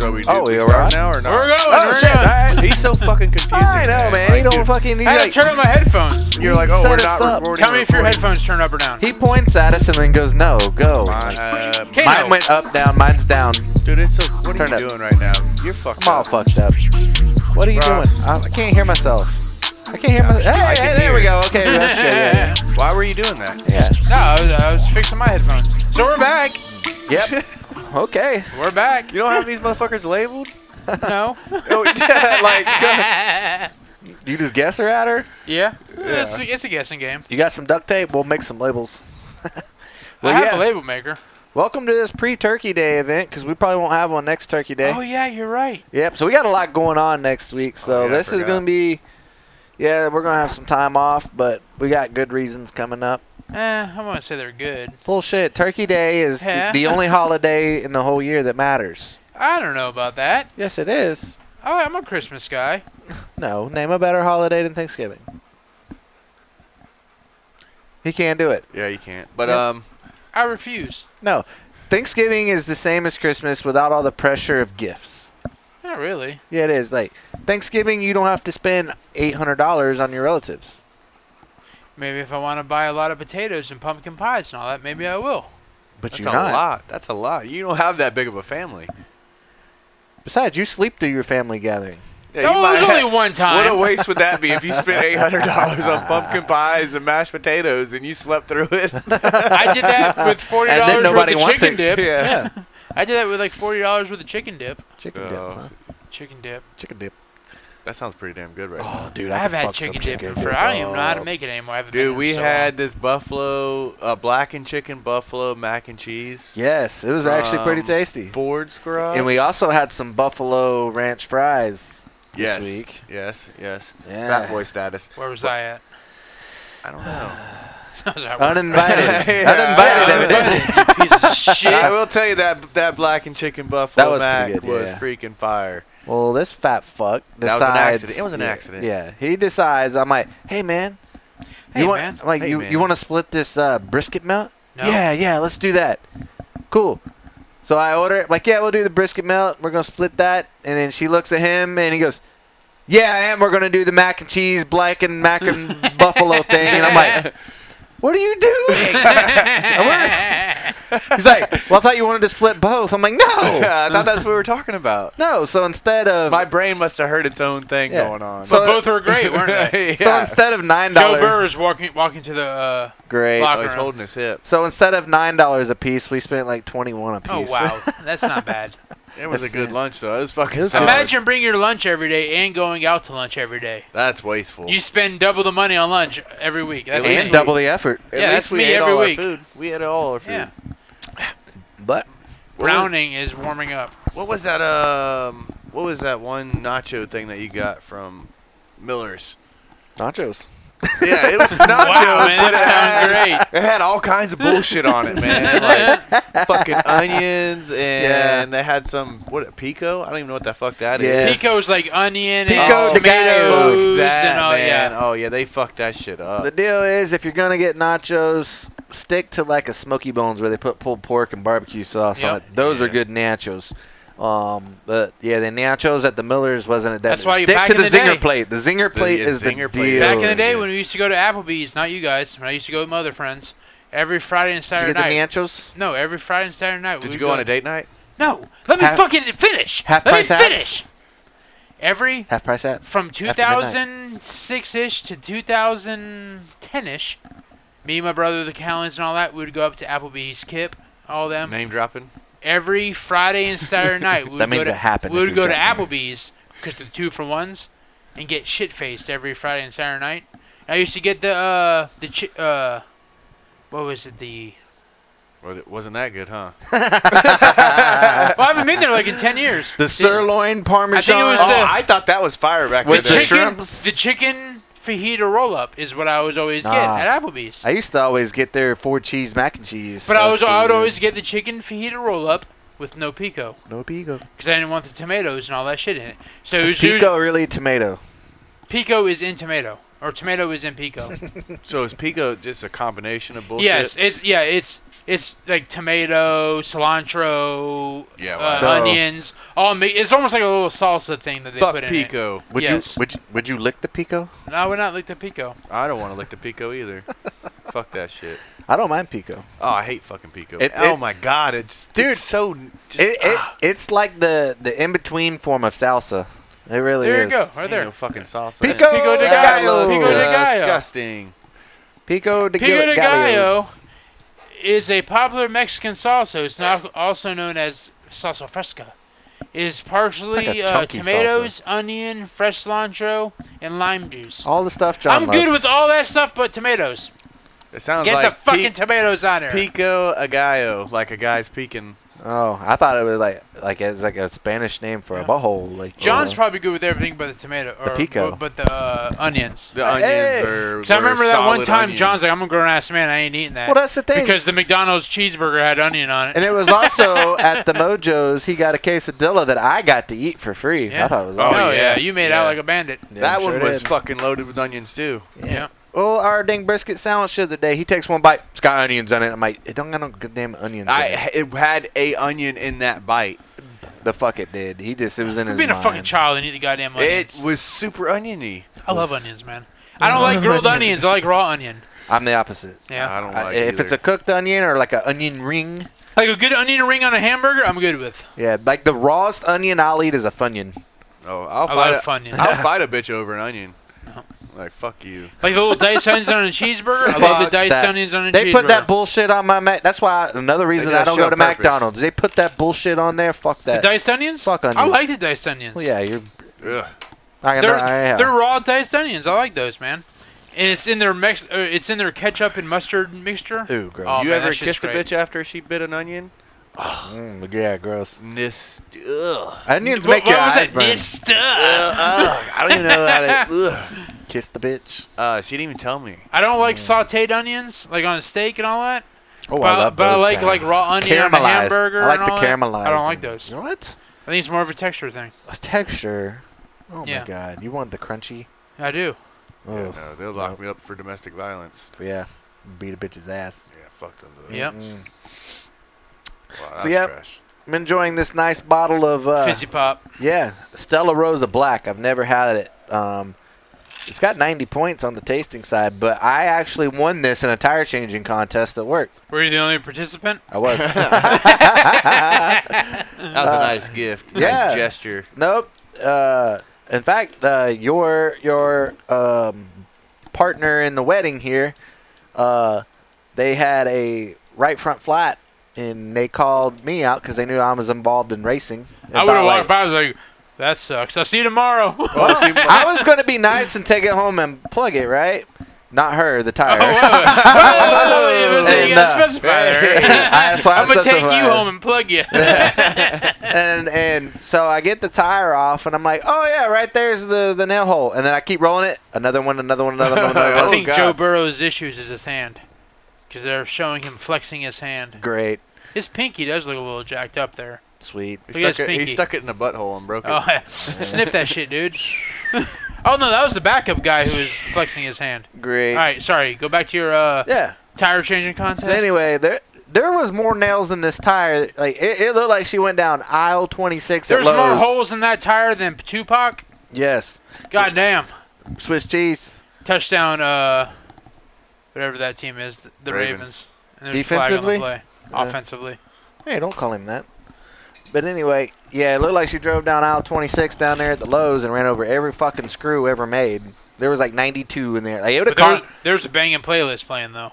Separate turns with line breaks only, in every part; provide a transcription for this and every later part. we do?
Oh,
we
we all
start
right?
now or
We're
not?
going.
Oh,
we're
shit.
going.
He's so fucking confusing.
I know, man. he
Like, dude,
don't fucking. He
I had to
like,
turn on my headphones.
You're like, oh,
set
we're
us
not
up.
recording.
Tell me if your
recording.
headphones turn up or down.
he points at us and then goes, "No, go."
My, uh,
Okay.
Mine went up, down. Mine's down.
dude, it's so. What are
Turn
you
up.
doing right now? You're fucked
I'm all
up.
fucked up. What are you
Bro.
doing? I, I can't hear myself. I can't hear myself.
I
Hey,
can
hey, there we
hear.
go. Okay, that's good. Yeah,
Why were you doing that?
yeah.
No, I was, I was fixing my headphones. So we're back.
yeah. Yep. Okay.
We're back.
You don't have these motherfuckers labeled?
No.
Oh, yeah, like,
yeah.
You just guess her at her.
It's, it's a guessing game.
You got some duct tape. We'll make some labels. Well,
I have
yeah.
a label maker.
Welcome to this pre-Turkey Day event because we probably won't have one next Turkey Day.
Oh yeah, you're right.
Yep. So we got a lot going on next week. So
Oh, yeah, I
this is
forgot.
gonna be. Yeah, we're gonna have some time off, but we got good reasons coming up.
Eh, I won't say they're good.
Bullshit. Turkey Day is the-
Yeah.
the only holiday in the whole year that matters.
I don't know about that.
Yes, it is.
I, I'm a Christmas guy.
No, name a better holiday than Thanksgiving. He can't do it.
yeah, you can't. But
Yeah.
um,
I refuse.
No. Thanksgiving is the same as Christmas without all the pressure of gifts.
Not really.
Yeah, it is. Like Thanksgiving, you don't have to spend eight hundred dollars on your relatives.
Maybe if I want to buy a lot of potatoes and pumpkin pies and all that, maybe I will.
But
that's a
you're not.
lot. That's a lot. You don't have that big of a family.
Besides, you sleep through your family gathering.
Yeah, you
No,
might
it was
have-
only one
What a
time.
waste would that be if you spent eight hundred dollars on pumpkin pies and mashed potatoes and you slept through it?
I did that with forty
And then
dollars worth
nobody
of
wants
chicken
it.
dip. I did that with like forty dollars worth of chicken dip.
Chicken dip.
Oh.
Huh?
Chicken dip.
Chicken dip.
That sounds pretty damn good, right? now.
Oh, dude,
I have
could
had
fuck some
chicken dip for I don't even know how to make it anymore. I haven't made it
Dude,
in
we
so
had this buffalo, uh, blackened chicken buffalo mac and cheese.
Yes, it was actually pretty
from
tasty.
Ford's garage.
And we also had some buffalo ranch fries this
yes,
week. Ah.
yes, yes.
Yeah.
Fat boy status.
long. Where was I at?
I don't know.
I was at work.
Uninvited.
Yeah.
Uninvited.
Yeah,
evidently.
Uninvited, you piece of shit.
I will tell you that that blackened chicken buffalo
That was
mac
pretty good,
was
yeah.
freaking fire.
Well, this fat fuck decides.
That was an accident. It was an
yeah,
accident.
Yeah, he decides. I'm like, hey man,
Hey,
you want
man.
I'm like
Hey,
you
man."
you want to split this uh, brisket melt?
No.
Yeah, yeah, let's do that. Cool. So I order it. Like, yeah, we'll do the brisket melt. We're gonna split that. And then she looks at him and he goes, Yeah, and we're gonna do the mac and cheese, black and mac and buffalo thing. And I'm like, What are you doing? I'm like- He's like, Well, I thought you wanted to split both. I'm like, No,
I thought that's what we were talking about.
no. So instead of
My brain must have heard its own thing
Yeah.
going on.
So-
but both were great, weren't they?
yeah. Oh,
so instead of nine
Joe
dollars,
Burr is walking walking to the. Uh,
Great.
Lock-
oh, he's holding his hip.
So instead of nine dollars a piece, we spent like twenty one a piece.
oh wow, that's not bad.
It was a
That's
good
it.
lunch though. It was fucking.
It was
solid.
Imagine bringing your lunch every day and going out to lunch every day.
that's wasteful.
You spend double the money on lunch every week. That's
And
easy.
and double the effort.
At
Yeah,
least
that's
we
me
ate
every
all
week.
Our food. We ate all our food.
Yeah.
But
Browning is warming up.
What was that? Um, what was that one nacho thing that you got from Miller's?
nachos.
Yeah, it was nachos.
Wow, man,
but it
that
had-
sounds
It had all kinds of bullshit on it, man. Like fucking onions, and they had some what pico. I don't even know what the fuck that is. Oh,
Yes.
Pico's like onion
Pico
and
de gallo.
Fuck
tomatoes
that,
and all
man.
yeah.
Oh yeah, they fucked that shit up.
The deal is, if you're gonna get nachos, stick to like a Smoky Bones where they put pulled pork and barbecue sauce on
Yep.
it. Those are
Yeah.
good nachos. Um, but yeah, the nachos at the Miller's wasn't it.
That's why you-
stick
back
to
in
the,
the
zinger
day-
plate. The zinger plate
yeah,
is the
Zinger plate.
deal.
Back in the day
Yeah.
when we used to go to Applebee's, not you guys, when I used to go with my other friends, every Friday and
Did
Saturday
you get the
night.
nachos?
no, every Friday and Saturday night.
Did
we'd
you go on a date night?
No, let me
Half-
fucking finish.
half
let
price
me
apps?
finish. Every
Half price at.
from
midnight.
2006 ish to 2010 ish, me and my brother, the Callens, and all that, we would go up to Applebee's, Kip, all them.
Name dropping.
Every Friday and Saturday night, we would
That means
go to,
it happened
we
if
would
you
go to
drop names.
Applebee's because the two for ones, and get shit faced every Friday and Saturday night. I used to get the uh the chi- uh, what was it the?
Well, it wasn't that good, huh?
Well, I haven't been there like in 10 years.
The sirloin parmesan.
it was
Oh,
the-
I thought that was fire back in
With
the
the
day.
chicken,
shrimps.
the chicken fajita roll up is what I was always get
Ah.
at Applebee's.
I used to always get their four cheese mac and cheese.
but I was I would
That's
always get the chicken fajita roll up with no pico
the- no pico.
because I didn't want the tomatoes and all that shit in it. So it
Is
was usu-
pico really tomato?
pico is in tomato or tomato is in pico.
So is pico just a combination of bullshit?
yes, it's yeah, it's It's like tomato, cilantro,
Yeah,
uh,
So-
onions. All mi- it's almost like a little salsa thing that they
Fuck
put in it.
pico.
Would
Yes.
you would you, would you lick the pico?
No, I would not like the pico.
I don't want to lick the pico either. Fuck that shit.
I don't mind pico.
Oh, I hate fucking pico.
It-
oh
it-
my god, it's
Dude,
it's so just,
It, it
ah,
it's like the the in between form of salsa. It really
There
is.
you go, right
ain't
there.
no fucking salsa.
Pico
Pico de
de
gallo.
gallo.
Pico de gallo.
Disgusting.
Pico de
Pico de
gallo.
gallo is a popular Mexican salsa. It's now also known as salsa fresca. It is partially
a
uh,
chunky
tomatoes, onion, fresh cilantro, and lime juice.
All the stuff Oh, John
I'm
loves.
good with all that stuff, but tomatoes.
It sounds
Get
like
the fucking
peak-
tomatoes on there.
pico a gallo, like a guy's peeking.
Oh, I thought it was like like it's like a Spanish name for
Yeah.
a butthole. Like
John's
uh,
probably good with everything but the tomato or
pico.
bu- but the uh, onions.
The onions
Hey!
are.
Because I
were
remember that
solid
one time
onions.
John's like, "I'm a grown ass man. I ain't eating that."
well, that's the thing.
because the McDonald's cheeseburger had onion on it.
and it was also at the Mojo's. He got a quesadilla that I got to eat for free. I thought it was
Oh,
awesome.
yeah.
yeah, you made
Yeah.
out like a bandit.
Yeah,
that
I'm
one
sure it
was
did.
fucking loaded with onions too.
Yeah.
Well, our dang brisket sandwich the other day, he takes one bite. It's got onions on it. I'm like, it don't got no goddamn onions. in it.
I it had a onion in that bite.
The fuck it did. He just it was in his.
Being a
mind.
fucking child and eat the goddamn onions.
It was super oniony.
I love onions, man. I don't like grilled onions. I like raw onion.
I'm the opposite.
I
Yeah.
don't
I-
like
Uh, if it's a cooked onion or like an onion ring,
Like a good onion ring on a hamburger, I'm good with.
yeah, like the rawest onion I'll eat is a funyun.
oh, I'll
I
fight
love
a,
Funyuns.
I'll fight a bitch over an onion. Like fuck you.
Like the little diced onions on a cheeseburger. I love the
Fuck
diced
that.
onions on a cheeseburger.
They put that bullshit on my Mac. That's why another reason
do that
I don't
shit
go
on
to
purpose.
McDonald's. They put that bullshit on there. Fuck
The
that.
diced onions?
Fuck
I
onions.
like the diced onions.
well, yeah, you're.
Ugh.
I,
They're,
I, I,
they're raw diced onions. I like those, man. And it's in their mex- uh, it's in their ketchup and mustard mixture.
Ooh, gross.
Oh,
you
man,
ever
that shit's
kissed a
great.
bitch after she bit an onion?
Mm, yeah, gross.
This. Ugh.
Onions
What-
make
what
your
was
eyes
that?
burn.
It's stuff.
Ugh, ugh, I don't even know how to. Ugh.
Kiss the bitch.
Uh, she didn't even tell me.
I don't like sauteed onions, like on a steak and all that.
Oh,
But, but I like like raw onion on a
Caramelized.
hamburger.
I like
and
the
all that.
caramelized.
I don't like
one.
those.
What?
I think it's more of a texture thing.
A texture. Oh
Yeah.
my god! You want the crunchy?
I do.
Yeah,
Oh
no, they'll lock me up for domestic violence.
yeah. Beat a bitch's ass.
Yeah, fuck them. though.
Yep.
Mm.
Wow,
So,
that's
yeah.
trash.
I'm enjoying this nice bottle of uh,
Fizzy pop.
yeah Stella Rosa Black. I've never had it. Um, it's got 90 points on the tasting side, but I actually won this in a tire changing contest at work.
Were you the only participant?
I was.
Uh,
That was a nice gift.
yeah.
Nice gesture.
Nope. Uh, in fact, uh, your your um, partner in the wedding here, uh, they had a right front flat, and they called me out because they knew I was involved in racing.
I
About,
would have walked
like-
by. I was like, "That sucks. I'll see you tomorrow." oh,
Well, see,
I was gonna be nice and take it home and plug it, right? Not her, the tire.
whoa, whoa, whoa, whoa, whoa, so you
And,
gotta
uh,
specify there.
I- that's why I
I'm gonna take you
specified.
home and plug you.
and and so I get the tire off, and I'm like, oh yeah, right there's the the nail hole, and then I keep rolling it, another one, another one, another one, another
Oh,
I
one.
think
God.
Joe Burrow's issues is his hand, because they're showing him flexing his hand.
Great,
His pinky does look a little jacked up there.
sweet.
he,
Look at
stuck it,
his
he
pinky.
stuck it in the butthole and broke it.
Oh, yeah. sniff that shit, dude. oh no, that was the backup guy who was flexing his hand.
Great.
All right, sorry. Go back to your uh,
Yeah.
tire changing contest.
So anyway, there there was more nails in this tire. Like it, it looked like she went down aisle 26
there's
at Lowe's.
more holes in that tire than Tupac.
Yes.
God damn.
Swiss cheese.
Touchdown. Uh, whatever that team is, th- the Ravens.
Ravens.
And there's a flag on the
Defensively?
play.
Yeah.
Offensively.
Hey, don't call him that. But anyway, yeah, it looked like she drove down aisle 26 down there at the Lowe's and ran over every fucking screw ever made. There was like 92 in there. Like, it would
But
have
there,
caught.
there's a banging playlist playing though.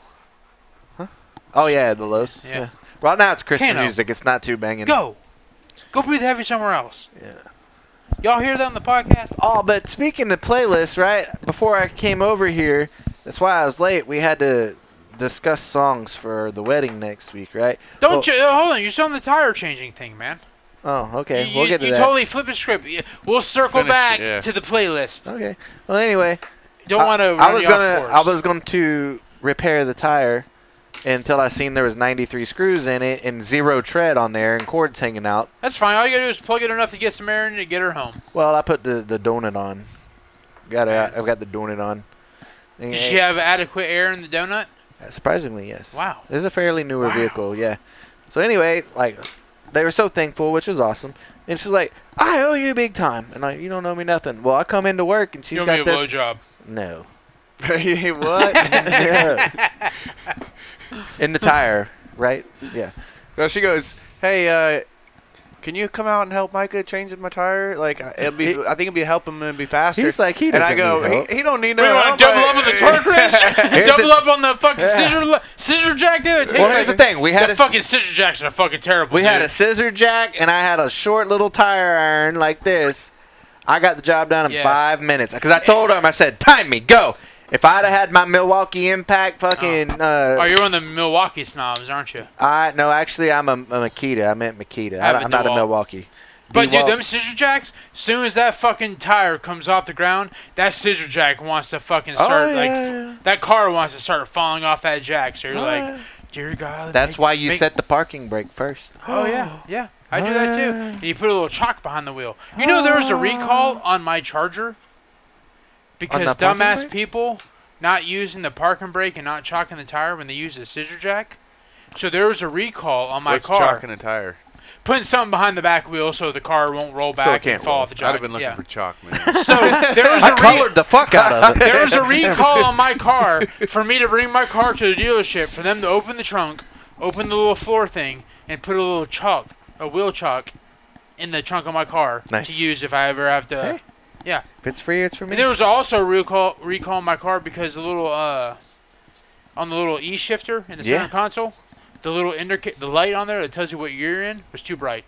Oh yeah, the Lowe's.
Yeah.
Yeah. Right now it's Christian
Kano.
music. It's not too banging.
Go. Go breathe heavy somewhere else.
Yeah.
Y'all hear that on the podcast?
Oh, but speaking of playlists, right? Before I came over here, that's why I was late. We had to discuss songs for the wedding next week, right?
Don't you uh, hold on? You're still on the tire changing thing, man.
Oh, okay.
You-
we'll
you-
get to
you
that.
totally flip the script. Yeah, We'll circle
Finish,
back
yeah.
to the playlist.
okay. Well, anyway,
Don't
I-
want to.
I was
you off
gonna
course.
I was going to repair the tire until I seen there was 93 screws in it and zero tread on there and cords hanging out.
That's fine. All you gotta do is plug it enough to get some air in it to get her home.
Well, I put the the donut on. Got it. I've got the donut on.
Does she have adequate air in the donut?
Uh, Surprisingly, yes.
Wow.
This is a fairly newer
Wow.
vehicle, yeah. So anyway, like they were so thankful, which was awesome. And she's like, "I owe you big time," and I, you don't owe me nothing. Well, I come into work and she's
you owe me
got
a
this.
blowjob.
No.
what?
Yeah. In the tire, right? Yeah.
no, she goes, hey, uh, can you come out and help Micah change my tire? Like, I- it'll be,
He-
I think it'd be helping him and be faster.
He's like, he
and I
doesn't. need
go,
help.
he, he don't need no
we
help.
want to double
I-
up on the torque wrench.
Here's
double
the-
up on the fucking
Yeah.
scissor le- scissor jack, dude. It takes
well,
like
here's the thing. We had
the
a,
fucking scissor jacks are fucking terrible.
we
dude.
had a scissor jack, and I had a short little tire iron like this. I got the job done in
Yes.
five minutes because I told him. I said, "Time me, go." If I'd have had my Milwaukee Impact, fucking.
Oh,
Uh,
you're one of the Milwaukee snobs, aren't you?
I no, actually, I'm a, a Makita. I meant Makita.
I
I
have a
am not a
DeWalt.
Milwaukee.
But dude,
DeWalt.
them scissor jacks. Soon as that fucking tire comes off the ground, that scissor jack wants to fucking
Oh,
start like
yeah,
f-
yeah.
that car wants to start falling off that jack. So you're
Oh, yeah.
like, dear God.
That's
make-
why you
make-
set the parking brake first.
Oh yeah, yeah. I
Oh,
do that
yeah.
too. And you put a little chalk behind the wheel. You know there was a recall on my Charger because
Oh. the parking
dumbass
brake?
people not using the parking brake and not chalking the tire when they use a scissor jack. So there was a recall on my
What's
car.
chalk in a tire?
Putting something behind the back wheel so the car won't roll back
can't
and fall
roll.
off the
I'd
jack.
have been looking
yeah.
for chalk, man.
So there was a
I
re-
colored the fuck out of it.
there was a recall on my car for me to bring my car to the dealership for them to open the trunk, open the little floor thing, and put a little chalk, a wheel chalk, in the trunk of my car
Nice.
to use if I ever have to.
Hey.
Yeah,
If it's for you, it's for me.
and there was also a recall recall on my car because the little uh, on the little e shifter in the
Yeah.
center console, the little indicator, the light on there that tells you what year you're in was too bright.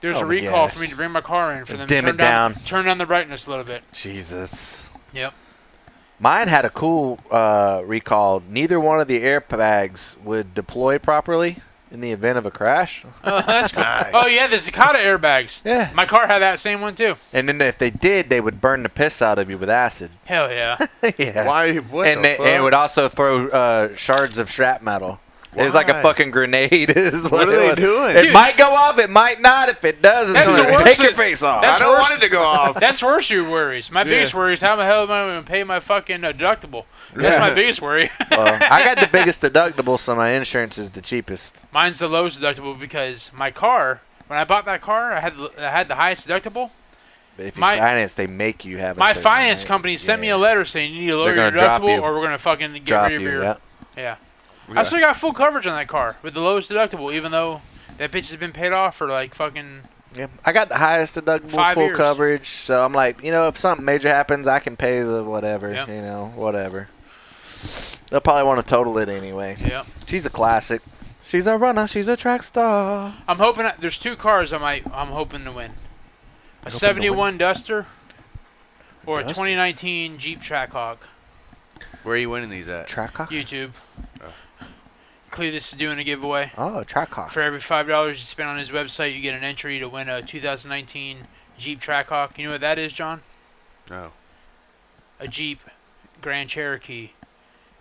There's
Oh,
a recall
yes.
for me to bring my car in for
And
them
dim
to turn
it down.
turn down the brightness a little bit.
Jesus.
Yep.
Mine had a cool uh, recall. Neither one of the airbags would deploy properly in the event of a crash.
Oh, that's cool.
Nice.
Oh yeah, the Zakata airbags.
Yeah.
My car had that same one too.
And then if they did, they would burn the piss out of you with acid.
Hell yeah.
yeah.
Why? What
and,
the
they,
fuck?
and it would also throw uh, shards of shrapnel. It was like a
Why?
fucking grenade. Is what,
What are
it
they
was.
doing?
It
Dude.
might go off. It might not. If it does, it's
That's
the
gonna
worst
take your
that-
face off.
I
that's
don't
worse-
want it to go
Oh,
off.
That's worse your worries. My biggest
Yeah.
worry is how the hell am I gonna pay my fucking deductible? That's my
Yeah.
biggest worry.
Well, I got the biggest deductible, so my insurance is the cheapest.
Mine's the lowest deductible because my car. When I bought that car, I had the- I had the highest deductible.
If you
My-
finance, they make you have. A
My
certain
finance
rate.
company sent me
Yeah.
a letter saying you need to lower
They're
your
gonna drop
deductible,
you.
or we're gonna fucking get
Drop
rid of
you.
your.
yeah.
Yeah.
Yeah.
I still got full coverage on that car with the lowest deductible, even though that bitch has been paid off for like fucking
Yeah, I got the highest deductible,
Five
full
years.
coverage. So I'm like, you know, if something major happens, I can pay the whatever.
Yeah.
You know, whatever. They'll probably want to total it anyway.
yeah.
She's a classic. She's a runner. She's a track star.
I'm hoping I, there's two cars I might I'm hoping to win. A
to win.
71 Duster or a
Duster?
2019 Jeep Trackhawk.
Where are you winning these at?
Track hawk.
YouTube.
Uh.
Oh.
Cletus is doing a giveaway.
Oh, track hawk.
For every five dollars you spend on his website, you get an entry to win a 2019 Jeep Trackhawk. You know what that is, John?
No.
A Jeep Grand Cherokee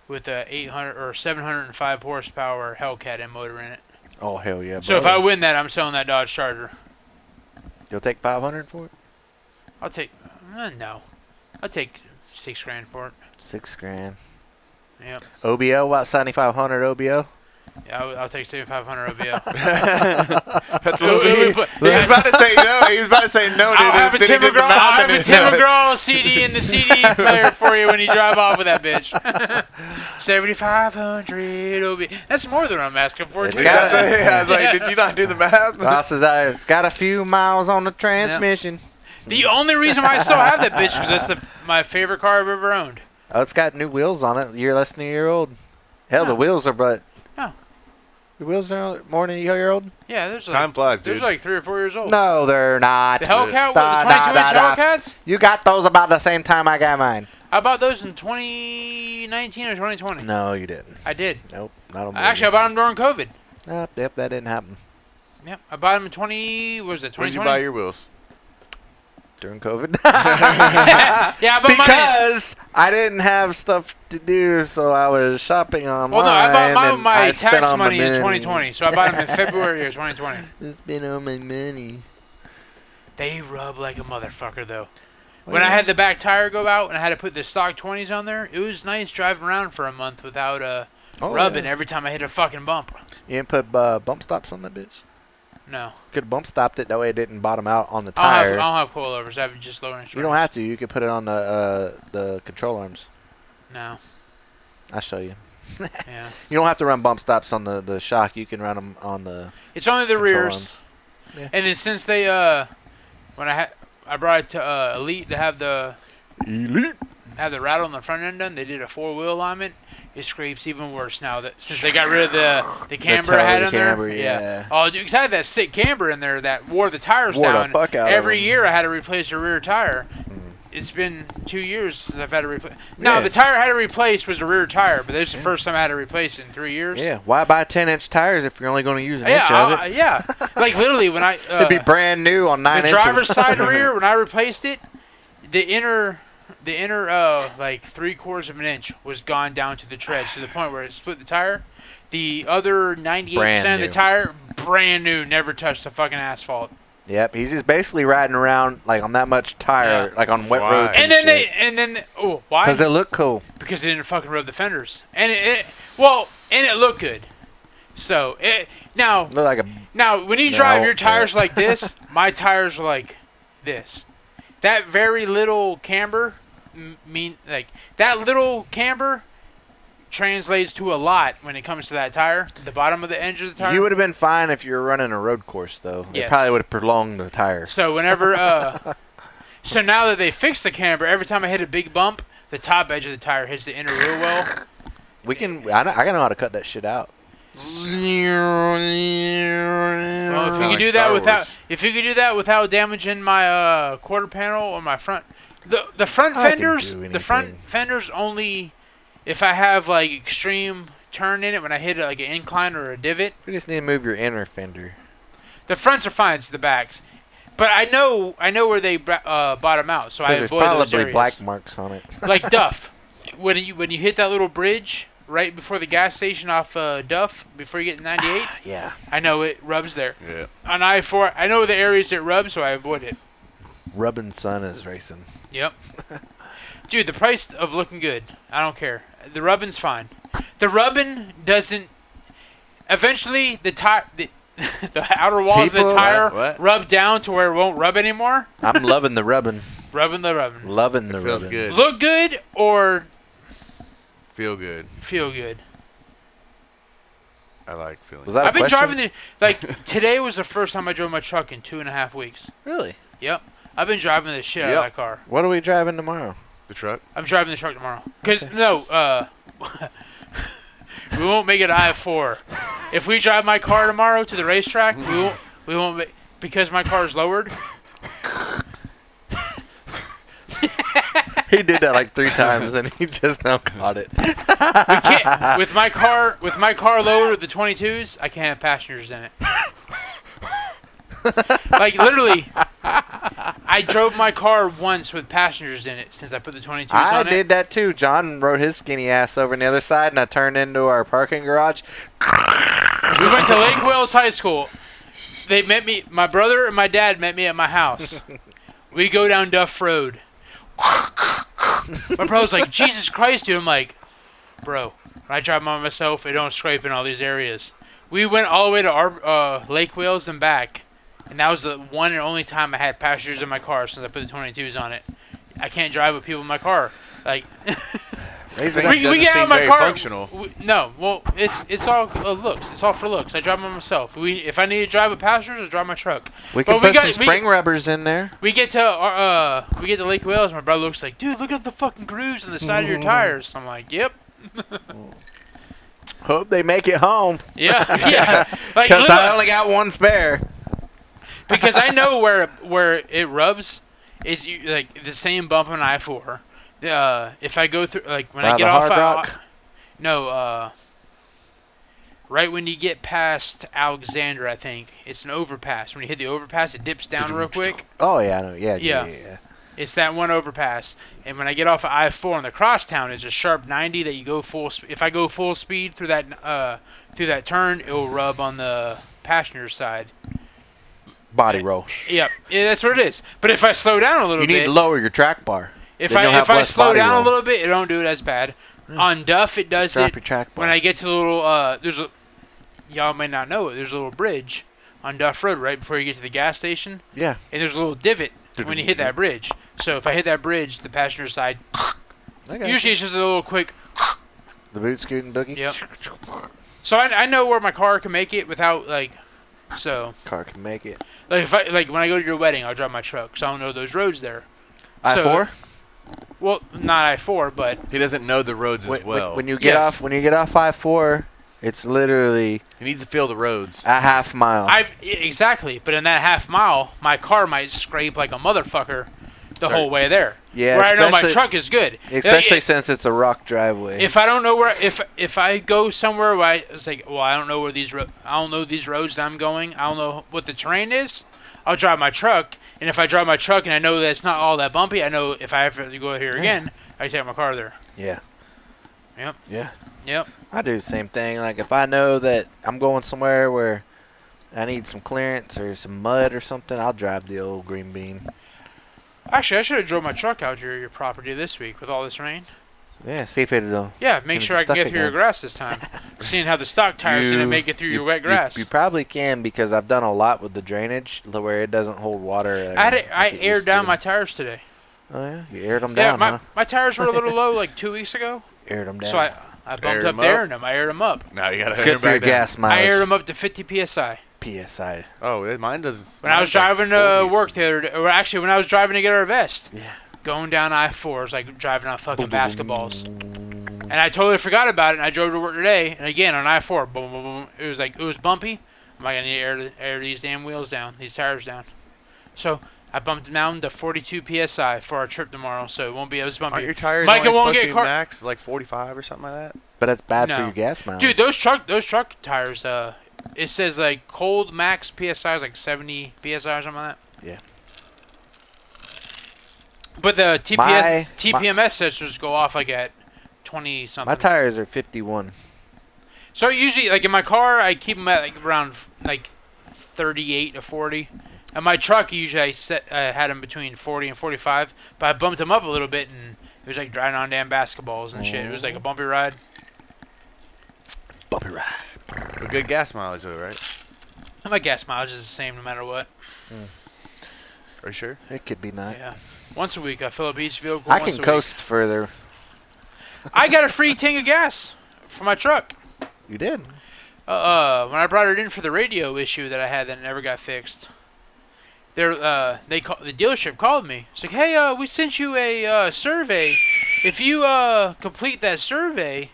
with a 800 or 705 horsepower Hellcat and motor in it.
Oh hell yeah.
So if
brother.
I win that, I'm selling that Dodge Charger.
you'll take five hundred for it.
I'll take uh, no, I'll take six grand for it.
Six grand.
Yeah,
OBO, about seventy five hundred OBO.
yeah I'll, I'll take 7,500 OBO.
That's
It'll-
what
it'll
he,
be put-
he was about to say no. He was about to say no.
I'll have a
then he
Tim
did the
McGraw,
math and
I'll have a
it's
Tim
not-
McGraw CD in the CD player for you when you drive off with that bitch. 7,500 OBO. That's more than I'm asking for.
It's
too.
got-
That's what- I was like, did you not do the math?
Ross is out. It's got a few miles on the transmission.
the only reason why I still have that bitch because that's the, my favorite car I've ever owned.
Oh, it's got new wheels on it. You're less than a year old. Hell, the
No.
wheels are but.
No.
The wheels are more than a year old?
Yeah, there's like,
Time flies,
there's
dude.
like three or four years
Oh.
old.
No, they're not.
The Hellcat, with
Da,
the 22
da,
inch
da, da.
Hellcats?
You got those about the same time I got mine.
I bought those in 2019 or 2020.
No, you didn't.
I did.
Nope, not on
Actually, I bought them during COVID.
Nope, yep, that didn't happen
Yeah, I bought them in 20. What was it?
When did you buy
2020.
your wheels?
during COVID.
yeah, I bought mine.
because I didn't have stuff to do, so I was shopping online.
Well, no, I bought mine with
and
my
I spent
tax
all my
money in 2020, so I bought them in February of 2020.
It's been all my money.
They rub like a motherfucker though. When I had the back tire go out and I had to put the stock 20s on there, it was nice driving around for a month without uh
Oh,
rubbing
yeah.
every time I hit a fucking bump.
You didn't put uh, bump stops on that bitch.
No,
Could have bump stopped it that way it didn't bottom out on the
I don't
tire.
have, I don't have coilovers. I have just lowering.
you don't have to. You could put it on the uh, the control arms.
No.
I'll show you.
Yeah.
You don't have to run bump stops on the, the shock. You can run them on the
It's only the
control
rears.
arms.
And then since they uh, when I had I brought it to uh, Elite to have the
Elite.
have the rattle on the front end done, they did a four wheel alignment. It scrapes even worse now that since they got rid of the the camber I
toe,
had
the
on
camber,
there.
yeah.
Oh, dude, 'cause I had that sick camber in there that wore the tires
Wore the
down.
fuck out of
Every
them. Mm.
year I had to replace a rear tire. It's been two years since I've had to replace. No,
Yeah.
the tire I had to replace was a rear tire, but this is the first time I had to replace it in three years.
Yeah. Why buy 10 inch tires if you're only going to use an
Yeah,
inch of
I-
it?
yeah. Like literally, when I uh,
It'd be brand new on nine
the
inches.
driver's side rear when I replaced it, the inner the inner uh like three quarters of an inch was gone down to the tread to the point where it split the tire. The other ninety eight percent of
Brand
the
new.
tire, brand new, never touched the fucking asphalt.
Yep. He's just basically riding around like on that much tire,
Yeah.
like on wet
Why?
roads.
And then they and then they- oh why?
Because they look cool.
because they didn't fucking rub the fenders. And it, it well and it looked good. So it now
Look like a.
Now, when you
No, I
drive
won't
your
say
tires
it.
like this, my tires are like this. That very little camber m- mean like that little camber translates to a lot when it comes to that tire, the bottom of the edge of the tire.
You would have been fine if you were running a road course, though. They
Yes.
probably would have prolonged the tire.
so whenever uh so now that they fixed the camber, every time I hit a big bump, the top edge of the tire hits the inner rear well.
We can. I know, I gotta know how to cut that shit out.
Well, if
Sound
you could
Oh, like
do
Star
that without,
Wars.
if you could do that without damaging my uh, quarter panel or my front, the the front
I can
fenders,
do
the front
anything.
fenders only, if I have like extreme turn in it when I hit like an incline or a divot,
We just need to move your inner fender.
the fronts are fine. It's the backs, but I know I know where they bra- uh, bottom out, so I
Because there's
avoid those
probably
areas.
black marks on it.
like Duff. When you when you hit that little bridge right before the gas station off uh, Duff, before you get to 98,
Yeah.
I know it rubs there.
Yeah.
On I four, I know the areas it rubs, so I avoid it.
Rubbin Sun is racing.
Yep. Dude, the price of looking good. I don't care. The rubbin's fine. The rubbin doesn't. Eventually, the tire, the, the outer walls of the
People- uh,
tire
What? What?
rub down to where it won't rub anymore.
I'm loving the rubbin.
Rubbing the rubbin.
Loving the
Feels
rubbin.
good.
Look good or
Feel good.
feel good.
I like feeling.
Was that a
I've been
question?
driving the like today was the first time I drove my truck in two and a half weeks.
Really?
Yep. I've been driving the shit out
Yep.
of that car.
What are we driving tomorrow?
the truck?
I'm driving the truck tomorrow. Cause no, uh, we won't make it I four. If we drive my car tomorrow to the racetrack, we won't. We won't make because my car is lowered.
he did that like three times and he just now caught it.
We can't with my car with my car lowered with the 22s. I can't have passengers in it. like literally, I drove my car once with passengers in it since I put the 22s
I
on
did
it.
that too. John rode his skinny ass over on the other side and I turned into our parking garage.
We went to Lake Wales High School. They met me. My brother and my dad met me at my house. We go down Duff Road. my brother's like, Jesus Christ, dude. I'm like, bro, when I drive by myself, it don't scrape in all these areas. We went all the way to our, uh, Lake Wales and back, and that was the one and only time I had passengers in my car since I put the 22s on it. I can't drive with people in my car. Like,
Raising
That
we, we
doesn't
get out
seem
of my
very
car.
functional.
w- no, well, it's it's all uh, looks. It's all for looks. I drive by myself. We if I need to drive with passengers, I drive my truck.
we
But
can
we
put
got-
some
we-
spring rubbers in there.
We get to our, uh we get to Lake Wales. My brother looks like, dude, look at the fucking grooves on the side of
Mm.
your tires. I'm like, yep,
Hope they make it home
yeah, yeah. Like
because I
literally-
only got one spare.
because I know where where it rubs is you- like the same bump on I four. Uh, if I go through like when
By
I get
the
off,
Hard
I-
Rock?
no, uh, right when you get past Alexander, I think it's an overpass. When you hit the overpass, it dips down real quick.
Oh yeah, I know. Yeah, yeah,
Yeah.
yeah. yeah.
It's that one overpass, and when I get off of I four on the crosstown, it's a sharp ninety that you go full. Sp- if I go full speed through that uh, through that turn, it will rub on the passenger side.
Body roll.
Yep, yeah, that's what it is. But if I slow down a little
You
bit,
need to lower your track bar.
If
Then you'll
I
have
if I
less
slow
body Hmm.
down
roll.
a little bit, it don't do it as bad. On Duff, it does
Drop
it.
your track
When I get to the little, uh, there's a, y'all may not know it. There's a little bridge on Duff Road right before you get to the gas station,
yeah.
and there's a little divot when you hit that bridge. So if I hit that bridge, the passenger side.
Okay.
Usually it's just a little quick.
the boot scooting boogie.
Yep. So I, I know where my car can make it without like, so
Car can make it.
like if I like when I go to your wedding, I'll drive my truck. So I don't know those roads there.
I
So-
four.
Well, not I four, but
He doesn't know the roads
When,
as well.
when you get
Yes.
off when you get off I four, it's literally
he needs to feel the roads.
a half mile.
I've e- exactly. But in that half mile, my car might scrape like a motherfucker the
Sorry.
whole way there.
yeah.
where I know my
especially-
truck is good. Like,
Especially since it's a rock driveway.
if I don't know where if if I go somewhere where I it's like well I don't know where these ro- I don't know these roads that I'm going I don't know what the terrain is I'll drive my truck and if I drive my truck and I know that it's not all that bumpy I know if I ever go here again I take my car there
yeah.
Yep.
Yeah.
yep
I do the same thing. Like if I know that I'm going somewhere where I need some clearance or some mud or something, I'll drive the old green bean.
actually I should have drove my truck out to your, your property this week with all this rain
Yeah, see if it'll.
yeah make
Get it uh,
sure I can
stuck
get through your
again.
grass this time seeing how the stock tires
You-
didn't make it through your wet grass
You, probably can because I've done a lot with the drainage to where it doesn't hold water.
I had
like
it, I
it
aired
used
down
to.
my tires today
Oh yeah, you aired them
yeah
down,
my,
huh?
my tires were a little low like two weeks ago
Aired them down.
so I I bumped
Aired
up
'em
there
up?
and them I aired them up.
Now you gotta
It's
hit
good
it
for your
back down.
gas mileage.
I aired them up to 50 psi.
PSI.
Oh, it- mine does.
When I was
mine's like
driving to
40s.
work the other day, or actually when I was driving to get our vest,
Yeah.
going down I 4 is like driving on fucking basketballs. And I totally forgot about it, and I drove to work today, and again on I 4, boom, boom, boom. It was like, it was bumpy. I'm like, I need to air, air these damn wheels down, these tires down. So I bumped them down to 42 psi for our trip tomorrow, so it won't be as bumpy.
Aren't your tires
Micah
only
won't
supposed
get
to be
car-
max like 45 or something like that?
But that's bad for
No.
your gas mileage.
Dude, those truck those truck tires, uh, it says like cold max psi is like seventy psi or something like that.
Yeah.
But the TPS
My-
TPMS sensors go off like at twenty something.
my tires are 51.
so usually, like in my car, I keep them at like around f- like thirty-eight to forty. And my truck usually I set uh, had them between forty and forty-five, but I bumped them up a little bit, and it was like driving on damn basketballs and shit. It was like a bumpy ride.
Bumpy ride.
But good gas mileage though, right?
My gas mileage is the same no matter what.
Are you sure?
It could be nice.
Yeah. Once a week, I fill up each vehicle.
I
once
can
a
coast further.
Week. I got a free tank of gas for my truck.
You did.
Uh, uh, when I brought it in for the radio issue that I had that never got fixed, they uh, they call, the dealership called me. It's like, hey, uh, we sent you a uh, survey. If you uh, complete that survey,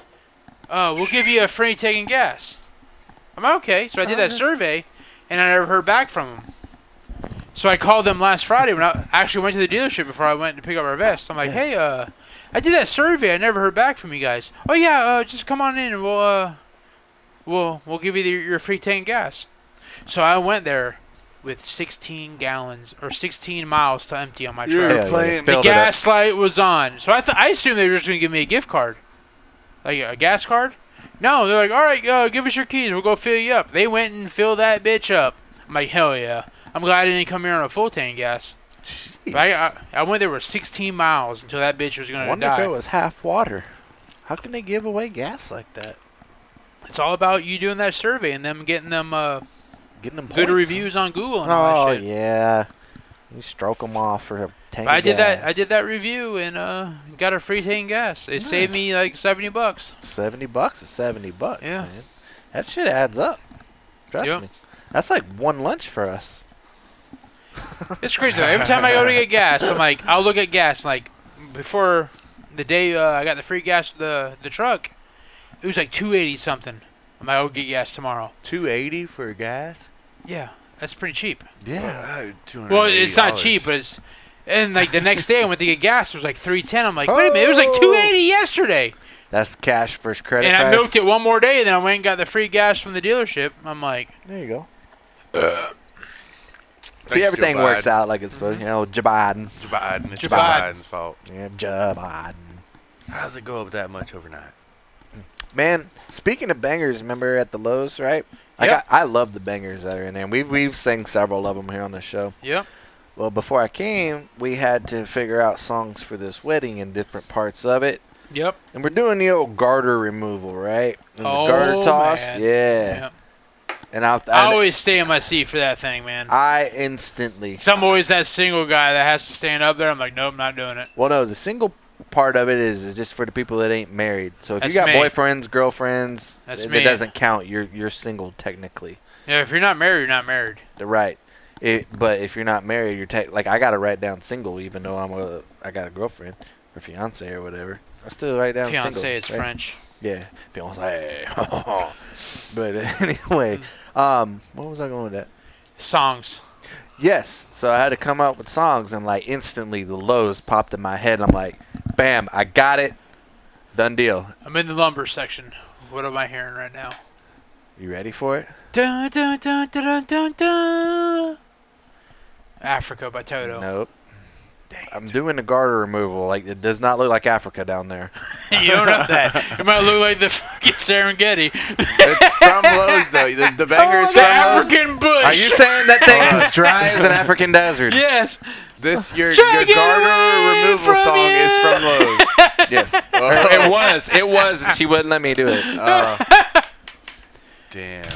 uh, we'll give you a free tank and gas. I'm like, okay. So I did
Uh-huh.
that survey, and I never heard back from them. So I called them last Friday when I actually went to the dealership before I went to pick up our vests. I'm like, hey, uh, I did that survey. I never heard back from you guys. Oh yeah, uh, just come on in and we'll uh, we'll we'll give you the, your free tank gas. So I went there with 16 gallons or 16 miles to empty on my truck.
Yeah, yeah,
playing-
filled
The
it up.
gas light was on, so I th- I assumed they were just gonna give me a gift card, like a gas card. No, they're like, all right, uh, give us your keys. We'll go fill you up. They went and filled that bitch up. I'm like, hell yeah. I'm glad I didn't come here on a full tank gas. But I, I, I went there with 16 miles until that bitch was gonna
wonder if
die.
it was half water. How can they give away gas like that?
It's all about you doing that survey and them getting them uh,
Getting them
good
points.
reviews on Google and all
Oh
that shit.
yeah, you stroke them off for a tank.
But I
of
did that. I
gas.
did that review and uh, got a free tank gas. It saved
Nice.
me like 70 bucks.
Seventy bucks is seventy bucks.
Yeah.
man. that shit adds up. Trust
Yep.
me, that's like one lunch for us.
It's crazy. though. Every time I go to get gas, I'm like, I'll look at gas. Like before the day uh, I got the free gas, the the truck, it was like 280 something. I'm like, I'll get gas tomorrow.
280 for gas?
Yeah, that's pretty cheap.
Yeah.
Well, it's not cheap, but it's. And like the next day, I went to get gas. It was like 310. I'm like, wait a minute, it was
Oh.
like 280 yesterday.
That's cash for credit.
And
price.
I milked it one more day. Then I went and got the free gas from the dealership. I'm like,
There you go.
Uh, Thanks,
See,
Joe
everything works
Biden.
out like it's supposed. You know, Joe Biden.
It's Biden. It's
Joe Biden.
Biden's fault.
Yeah, Joe Biden.
How's it go up that much overnight?
Man, speaking of bangers, remember at the Lowe's, right? Like
Yep.
I, I love the bangers that are in there. We've we've sang several of them here on the show.
yep.
Well, before I came, we had to figure out songs for this wedding and different parts of it.
Yep.
And we're doing the old garter removal, right? And
Oh,
the garter toss,
man.
yeah.
Yep.
And I,
I
I,
always stay in my seat for that thing, man.
I instantly.
Cause I'm always that single guy that has to stand up there. I'm like, nope, not doing it.
Well, no, the single part of it is is just for the people that ain't married. So if
That's
you got
me.
boyfriends, girlfriends,
That's
it,
me.
it doesn't count. You're you're single technically.
Yeah, if you're not married, you're not married.
They're right. It, but if you're not married, you're tech like I gotta write down single, even though I'm a I got a girlfriend or fiance or whatever. I still write down
Fiance
single.
is
right?
French.
Yeah, fiance. but anyway,
Mm.
um, what was I going with that?
Songs.
Yes. So I had to come up with songs, and like instantly the lows popped in my head. I'm like, bam, I got it. Done deal.
I'm in the lumber section. What am I hearing right now?
You ready for it?
Dun, dun, dun, dun, dun, dun, dun. Africa by Toto.
Nope.
Dang
I'm doing the garter removal. Like it does not look like Africa down there.
you don't have that. It might look like the fucking Serengeti.
It's from Lowe's though. The, the banger is
Oh, the
from Lowe's.
African bush.
Are you saying that thing's as dry as an African desert?
Yes.
This your
Try
your
to get
garter
away
removal
from
song is
you.
from Lowe's.
Yes.
Oh,
it was. It was. And she wouldn't let me do it.
oh. damn.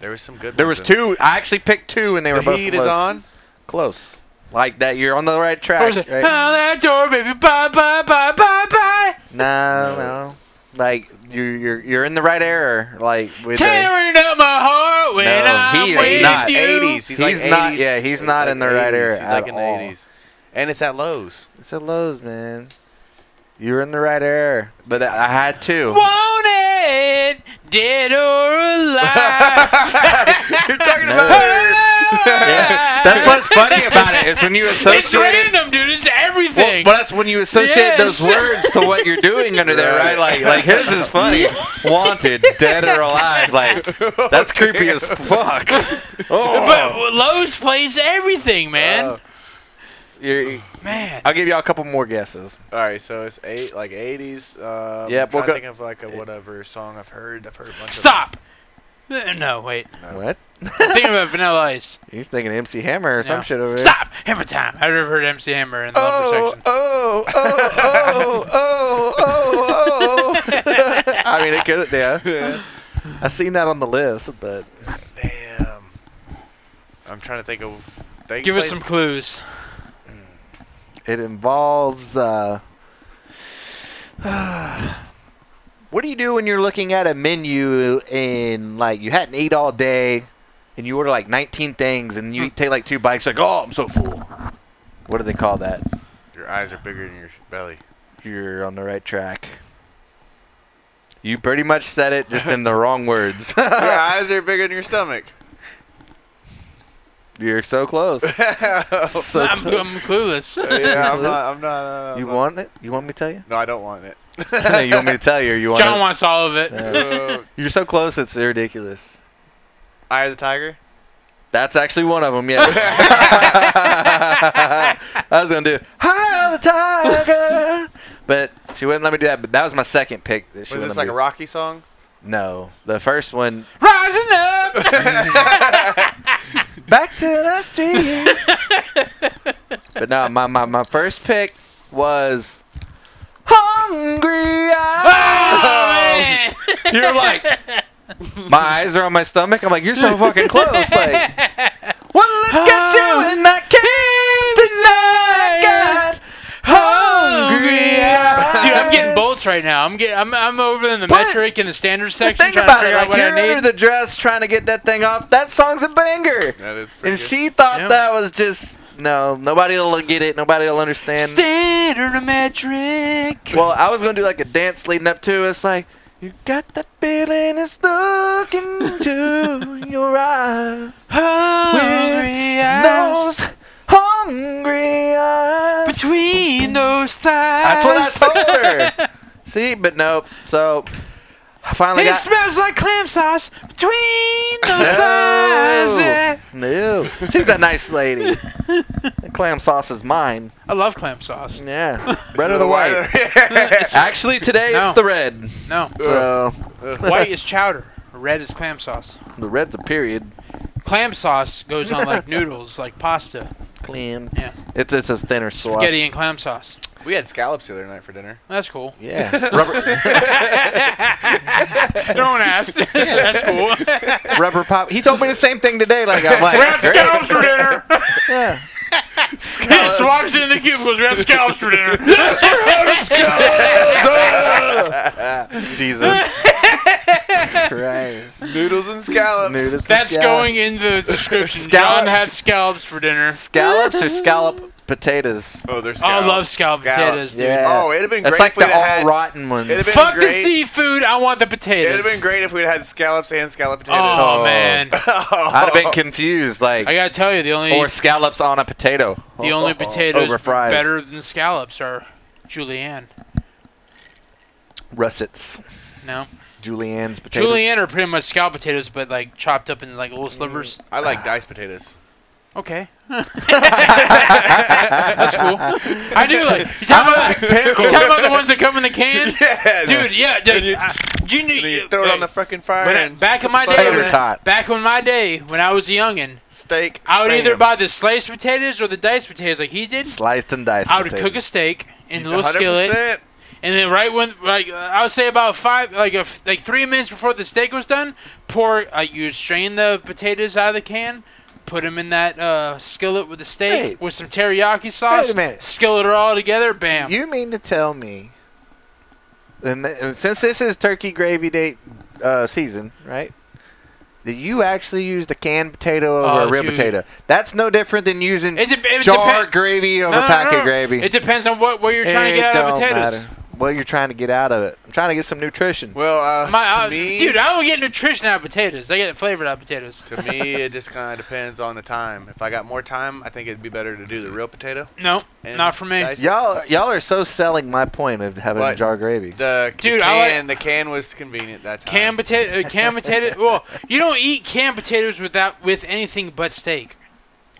There was some good.
There
ones
was
in
two. I actually picked two, and they were
The
both
heat
close.
is on.
Close. Like that. You're on the right
Or
track.
is it,
right?
"Out that door, baby. Bye, bye, bye, bye, bye.
No, no. Like you're you're you're in the right error. Like with the-
Tearing up my heart when
No,
I'm
he is
with
not.
you.
80s. He's,
He's
like
not-
80s.
yeah, he's not
like
in the right
80s.
era
He's like
at
in
all.
the 80s. And it's at Lowe's.
it's a Lowe's, man. You're in the right error. But I had two.
Want it, dead or alive.
You're talking
No.
about.
Yeah. That's what's funny about it is when you
It's
associate it.
random, dude. It's
Well,
everything.
but that's when you associate those
Yes.
words to what you're doing under there, right?
Right.
Like, like his is funny. Wanted, dead or alive. Like, that's creepy as fuck. Oh,
But Lowe's plays everything, man.
Oh.
You're-
man.
I'll give y'all a couple more guesses.
All right, so it's eight like 80s. Um,
Yeah,
I'm trying
Boca-
to think of like a whatever song I've heard. I've heard a bunch
Stop. Uh, No, wait.
No.
What?
Think about Vanilla Ice.
He's thinking MC Hammer or some
No.
shit over there.
Stop. Hammer time. I've never heard MC Hammer in the lumber section.
oh, oh, oh, oh, oh, oh. I mean, it could, yeah.
Yeah.
I seen that on the list, but
Damn. I'm trying to think of. They
Give
played-
us some clues.
it involves. Uh, what do you do when you're looking at a menu and like you hadn't ate all day, and you order like 19 things, and
Hmm.
you take like two bites, like oh, I'm so full. What do they call that?
Your eyes are bigger than your sh- belly.
You're on the right track. You pretty much said it, just in the wrong words.
Your eyes are bigger than your stomach.
You're so close. so
I'm,
close.
I'm clueless.
yeah, I'm not. I'm not. Uh,
you
I'm not-
want it? You want me to tell you?
No, I don't want it.
you want me to tell you? Or you want?
John
it?
wants all of it.
Yeah.
Uh,
You're so close. It's ridiculous.
Eye of the tiger.
That's actually one of them. Yes. I was gonna do "Hi, the Tiger," but she wouldn't let me do that. But that was my second pick. That she
Was
wouldn't
this
let
like a
me
Rocky song?
do. No, the first one.
Rising up.
Back to the streets. but no, my, my my first pick was "Hungry Eyes."
Oh, man.
You're like, my eyes are on my stomach. I'm like, you're so fucking close. Like, one look at you and I came tonight. God, hungry eyes.
Dude, I'm getting bolts right now. I'm getting. I'm, I'm over in the
But-
metric and the standard
But
section
think
trying to
about
figure
it.
out
Like
what
you're
I
under
need.
the dress trying to get that thing off. That song's a banger.
That is. Pretty
And
good.
she thought
Yeah.
that was just no. Nobody will get it. Nobody will understand.
standard and metric.
Well, I was gonna do like a dance leading up to. it. It's like you got that feeling. It's looking into your eyes.
Hungry eyes.
those hungry eyes.
Between those thighs.
That's what I told her. See, but nope. So I finally
It
got. Oh.
smells like clam sauce between those thighs.
no.
yeah.
no. She was a nice lady. The clam sauce is mine.
I love clam sauce.
Yeah.
This
Red
is
or the
a
white? Actually, today
No.
it's the red.
No.
So
White is chowder. Red is clam sauce.
the red's a period.
Clam sauce goes on like noodles, like pasta.
Clam.
Yeah.
It's it's a thinner sauce.
Spaghetti and clam sauce.
We had scallops the other night for dinner.
That's cool.
Yeah. rubber,
no one asked. so that's cool.
rubber pop. He told me the same thing today. Like I'm like,
We had scallops for dinner.
Yeah.
He just walks in the cubicles. We had scallops for dinner.
Jesus.
Christ.
Noodles and scallops.
Noodles.
That's
Scallop-
going in the description. John
Scallops.
had scallops for dinner.
Scallops or scallop potatoes.
Oh, there's
I
scallops.
love scallop
Scallops.
potatoes, dude.
Yeah.
Oh, it'd have been
That's
great
like
if we'd
the all
have had,
rotten ones.
it'd have been
Fuck the
great.
seafood. I want the potatoes.
It'd have been great if we'd had scallops and scallop potatoes. Oh.
Oh,
Oh.
man,
I'd have been confused, like
I gotta tell you, the only
or scallops on a potato.
the only potatoes
over fries.
better than scallops are julienne.
russets.
No,
Julianne's potatoes.
julienne are pretty much scallop potatoes, but like chopped up in like little slivers.
I like diced potatoes.
Okay. That's cool. I do like. You talking about, you talking about the ones that come in the can?
Yeah,
Dude, yeah. Dude, I- do you
And
need,
you throw it on the fucking fire
when I-
and
uh, back in
put
my
some butter
day-
in
tater
it.
tots.
back when my day, when I was a youngin',
steak.
I would
bam.
either buy the sliced potatoes or the diced potatoes like he did.
sliced and diced.
I would
potatoes.
cook a steak in a little
100%.
skillet, and then right when like uh, I would say about five, like a f like three minutes before the steak was done, pour like you strain the potatoes out of the can, put them in that uh, skillet with the steak
Wait.
with some teriyaki sauce,
minute.
skillet it all together, bam.
You mean to tell me? And, th- and since this is turkey gravy date uh, season, right? That you actually use the canned potato over
Oh,
a real
dude.
potato. That's no different than using
it de- it
jar
depen-
gravy over
No, no, no,
packet
no.
gravy.
It depends on what what you're trying to get out of
don't
potatoes.
matter. What you're trying to get out of it? I'm trying to get some nutrition.
Well, uh,
My,
to
uh,
me,
dude, I don't get nutrition out of potatoes. I get flavor out of potatoes.
to me, it just kind of depends on the time. If I got more time, I think it'd be better to do the real potato.
No,
And
not for me.
diced-
Y'all, y'all are so selling my point of having a
What?
jar gravy.
The
Dude, I like-
can, the can was convenient that time.
Canned potato, uh, canned potato. Well, you don't eat canned potatoes without with anything but steak.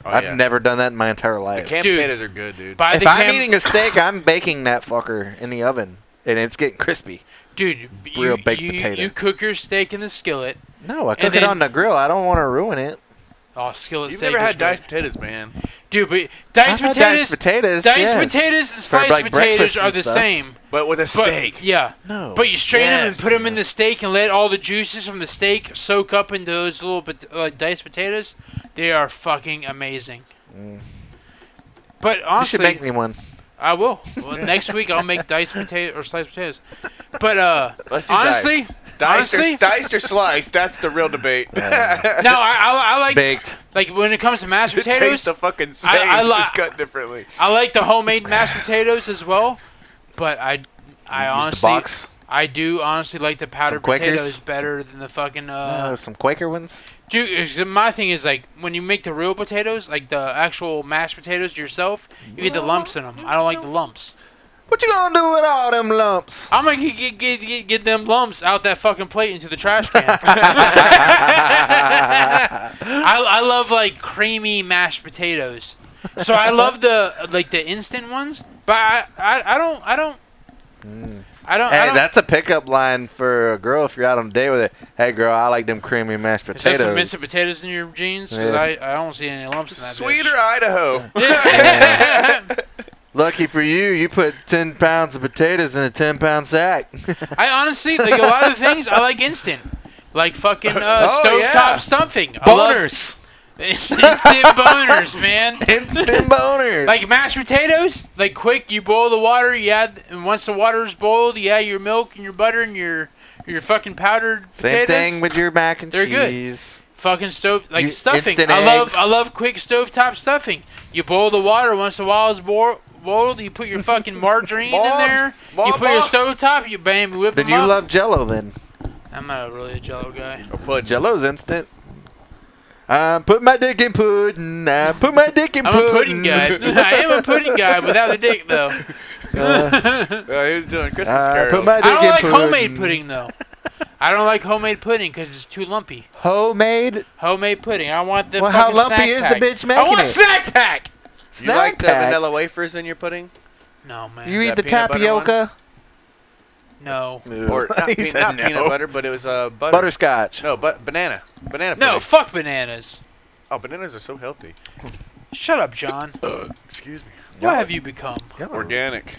Oh,
I've
yeah.
never done that in my entire
The
life.
canned
Dude.
potatoes are good, dude.
Buy
if
the
I'm
canned-
eating a steak, I'm baking that fucker in the oven, and it's getting crispy.
dude, you,
real baked
you,
potato.
you cook your steak in the skillet.
No, I
And
cook it
then-
on the grill. I don't want to ruin it.
Oh, skillet
You've
steak.
never
is
had
great.
diced potatoes, man.
dude, but
I've
diced
had
potatoes,
diced potatoes.
diced
yes.
potatoes and
For,
sliced
like,
potatoes
breakfast
are
and
the
stuff.
same.
But with a
But,
steak.
Yeah.
No.
But you strain them and
Yes.
put them in the steak and let all the juices from the steak soak up into those little pot- uh, diced potatoes. They are fucking amazing.
Mm.
But
you should
honestly,
make me one.
I will. Well, next week I'll make diced potato or sliced potatoes. But uh,
Let's do
honestly,
diced. Diced,
honestly-
or, diced or sliced, that's the real debate.
no, I, I, I like
Baked.
like when it comes to mashed
It tastes
potatoes,
the fucking same.
I
it's
li-
just cut differently.
I like the homemade mashed potatoes as well. But I, I
Use
honestly,
the box.
I do honestly like the powdered
Quakers?
potatoes better than the fucking uh.
No, some Quaker ones.
Dude, it's- my thing is like when you make the real potatoes, like the actual mashed potatoes yourself, you get the lumps in them. I don't like the lumps.
What you gonna do with all them lumps?
I'm gonna get, get, get, get them lumps out that fucking plate into the trash can. I, I love like creamy mashed potatoes, so I love the like the instant ones. But I, I, I don't I don't I don't. I
Mm. Hey,
don't
that's a pickup line for a girl if you're out on a date with it. Hey, girl, I like them creamy mashed
is that
potatoes.
some instant potatoes in your jeans? Because
Yeah.
I, I don't see any lumps in that.
Sweeter Idaho.
Bitch.
Lucky for you, you put 10 pounds of potatoes in a 10 pound sack.
I honestly like a lot of the things I like instant, like fucking uh,
Oh,
stovetop
yeah.
stuffing. I love- instant boners, man.
Instant boners.
Like mashed potatoes, like quick, you boil the water, you add, and once the water's boiled, you add your milk and your butter and your your fucking powdered
Same
potatoes.
thing with your mac and
They're good.
cheese.
fucking stove like
You-
stuffing.
instant
I love
eggs.
I love quick stovetop stuffing. You boil the water once the water's boil- boiled, you put your fucking margarine in
Bob,
there. you
Bob,
put your
Bob.
stovetop, you bam, you whip
Then
them
you
up.
love Jello. Then
I'm not really a jello guy.
Or pudding.
Jello's instant. I put my dick in pudding. I put my dick in
I'm
pudding.
a pudding guy. I am a pudding guy without the dick though.
Uh,
Uh, he was doing Christmas
Uh,
carols.
put my-
I don't
get
like homemade
pudding.
pudding though. I don't like homemade pudding because it's too lumpy.
homemade.
Homemade pudding. I want the
Well, how
fucking
lumpy
snack
is the
pack.
bitch
I
making
want
it?
snack pack.
you like
Snack
the
pack.
vanilla wafers in your pudding?
No man.
You eat
that
the
peanut butter
tapioca.
no.
Or not,
He
pe-
said
not
no.
peanut butter, but it was uh, butter.
Butterscotch.
No, but banana. Banana pudding.
No. Fuck bananas.
Oh, bananas are so healthy.
Shut up, John.
Excuse me.
What have you become?
Y'all are-
Organic.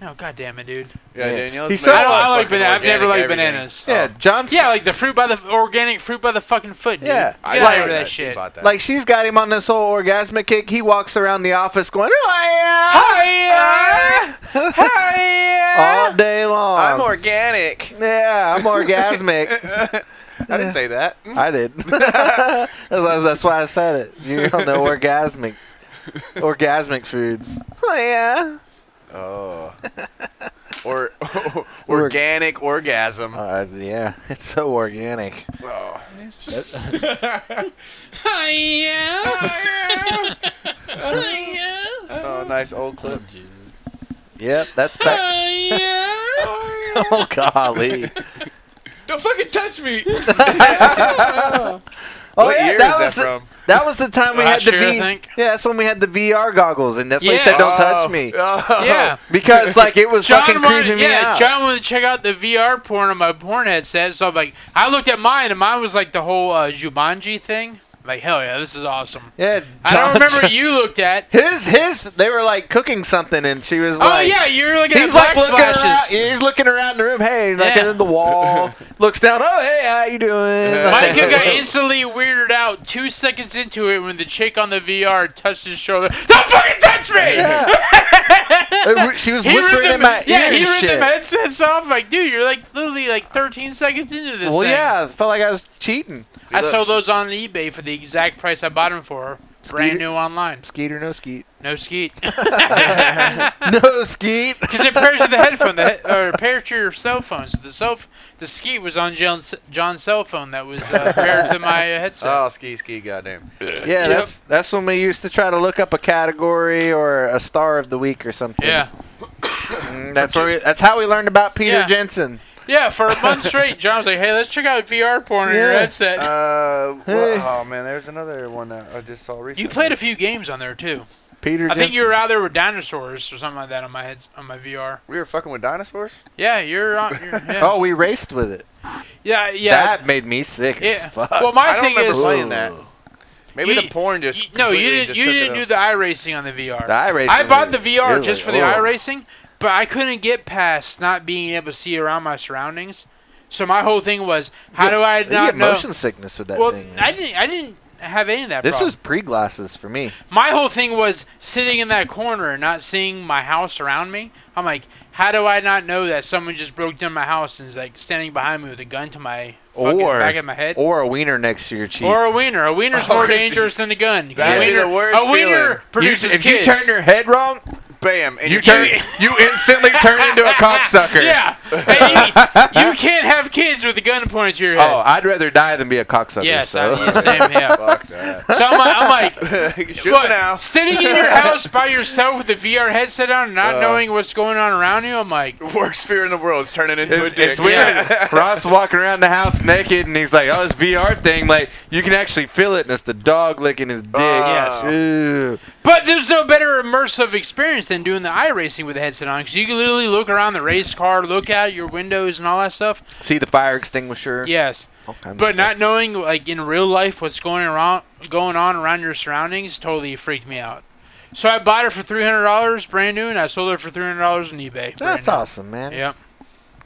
No, goddamn it, dude.
Yeah,
Yeah.
Danielle's
He's
made
so-
I don't. I
fucking
like banana. I've never
organic
liked
everything.
bananas.
Oh. Yeah, John's.
Yeah, like the fruit by the f- organic fruit by the fucking foot. Dude.
Yeah.
get
Oh, I
out
bought
like-
of that
She
shit.
bought that.
Like she's got him on this whole orgasmic kick. He walks around the office going, "Oh,
Oh,
"Hi-ya!"
Hi-ya! Hi-ya!
all day long.
I'm organic.
yeah, I'm orgasmic.
I didn't say that.
I did. that's, why, that's why I said it. You know the orgasmic, orgasmic foods. Oh yeah.
Oh. Or organic orgasm.
Uh, yeah, it's so organic.
Oh.
Hi-ya!
Oh, nice old clip.
Yep, that's back.
Hi-ya!
oh golly.
Don't fucking touch me.
Oh
what
yeah,
year
that
is that
was the,
from?
that was the time we
Last
had the
year, I
V.
think.
Yeah, that's when we had the VR goggles, and that's why he said,
Yes.
"Don't touch
Oh.
me,"
Oh.
Yeah.
because like it was
John
fucking
wanted,
creeping me
yeah,
out.
John wanted to check out the VR porn on my porn headset, so I'm like, I looked at mine, and mine was like the whole uh, Jumanji thing. I'm like, hell yeah, this is awesome.
yeah,
I don't
John-
remember
John-
what you looked at.
His his they were like cooking something, and she was
Oh
like,
yeah, you're looking
He's
at
like
black
looking around.
splashes.
He's looking around the room. Hey, looking
Yeah.
at the wall. looks down. Oh, hey, how you doing?
Micah got instantly weirded out two seconds into it when the chick on the VR touched his shoulder. Don't fucking touch me!
Yeah. Uh, she was
He ripped
whispering
the-
in my
yeah,
ear
he
and
ripped
shit.
the headsets off. Like, dude, you're like literally like 13 seconds into this
well,
thing.
yeah, I felt like I was cheating.
I sold those on eBay for the exact price I bought them for. Brand
Skeeter-
new online.
Skeet or no skeet?
No skeet.
no skeet.
Because it pairs with the headphone, the he- or it pairs to your cell phone. So the cell, f- the skeet was on John's, John's cell phone that was uh, paired to my uh, headset.
Oh, ski ski, goddamn.
Yeah, that's that's when we used to try to look up a category or a star of the week or something.
yeah.
Mm, that's where we, that's how we learned about Peter
Yeah.
Jensen.
Yeah, for a month straight, John was like, "Hey, let's check out VR porn on your
Yeah.
headset."
Uh,
Hey.
well, oh man, there's another one that I just saw recently.
you played a few games on there too.
Peter.
I
Jensen.
think you were out there with dinosaurs or something like that on my heads on my VR.
We were fucking with dinosaurs.
Yeah, you're on. You're, yeah.
Oh, we raced with it.
yeah, yeah.
That made me sick as
yeah.
fuck.
Well, my
I don't
thing
remember
is,
playing that.
Ooh.
Maybe
You-
the porn just.
you- no, you
completely
didn't.
just
You
took it
didn't do
up.
the iRacing on the VR.
the iRacing
I bought the
was- it Oh.
VR
was
just for
like,
the
Oh.
whoa.
iRacing, but I couldn't get past not being able to see around my surroundings. So my whole thing was, how do I
You get
not know?
motion sickness with that
well,
thing.
I didn't. I didn't have any of that.
this
problem.
was pre glasses for me.
my whole thing was sitting in that corner and not seeing my house around me. I'm like, how do I not know that someone just broke down my house and is like standing behind me with a gun to my fucking
Or-
back of my head? Or,
Or a wiener next to your cheek.
a wiener. A wiener's
Oh,
more dangerous than a gun. 'cause
That'd
a
be
wiener,
the worst
a wiener
feeling.
You-
produces
if
kids.
you turn your head wrong,
Bam! And
you
you
turn, you instantly turn into a cocksucker.
yeah, Hey, you, you can't have kids with a gun pointed to your head.
Oh, I'd rather die than be a cocksucker.
yes,
so.
I, yeah, same here.
Fuck that.
So I'm, like- I'm like,
Shoot
Look,
me now.
Sitting in your house by yourself with the VR headset on, not
Uh,
knowing what's going on around you, I'm like,
Worst fear in the world is turning into
It's,
a dick.
it's weird. Ross walking around the house naked, and he's like, "Oh, this VR thing, like you can actually feel it, and it's the dog licking his dick."
Ah.
Yes.
Ew.
but there's no better immersive experience than doing the iRacing with the headset on because you can literally look around the race car, look out your windows and all that stuff.
See the fire extinguisher.
Yes,
All kinds of
but
stuff.
not knowing like in real life what's going around, going on around your surroundings, totally freaked me out. So I bought it for three hundred dollars, brand new, and I sold it for three hundred dollars on eBay. brand
That's
new.
awesome, man.
Yep,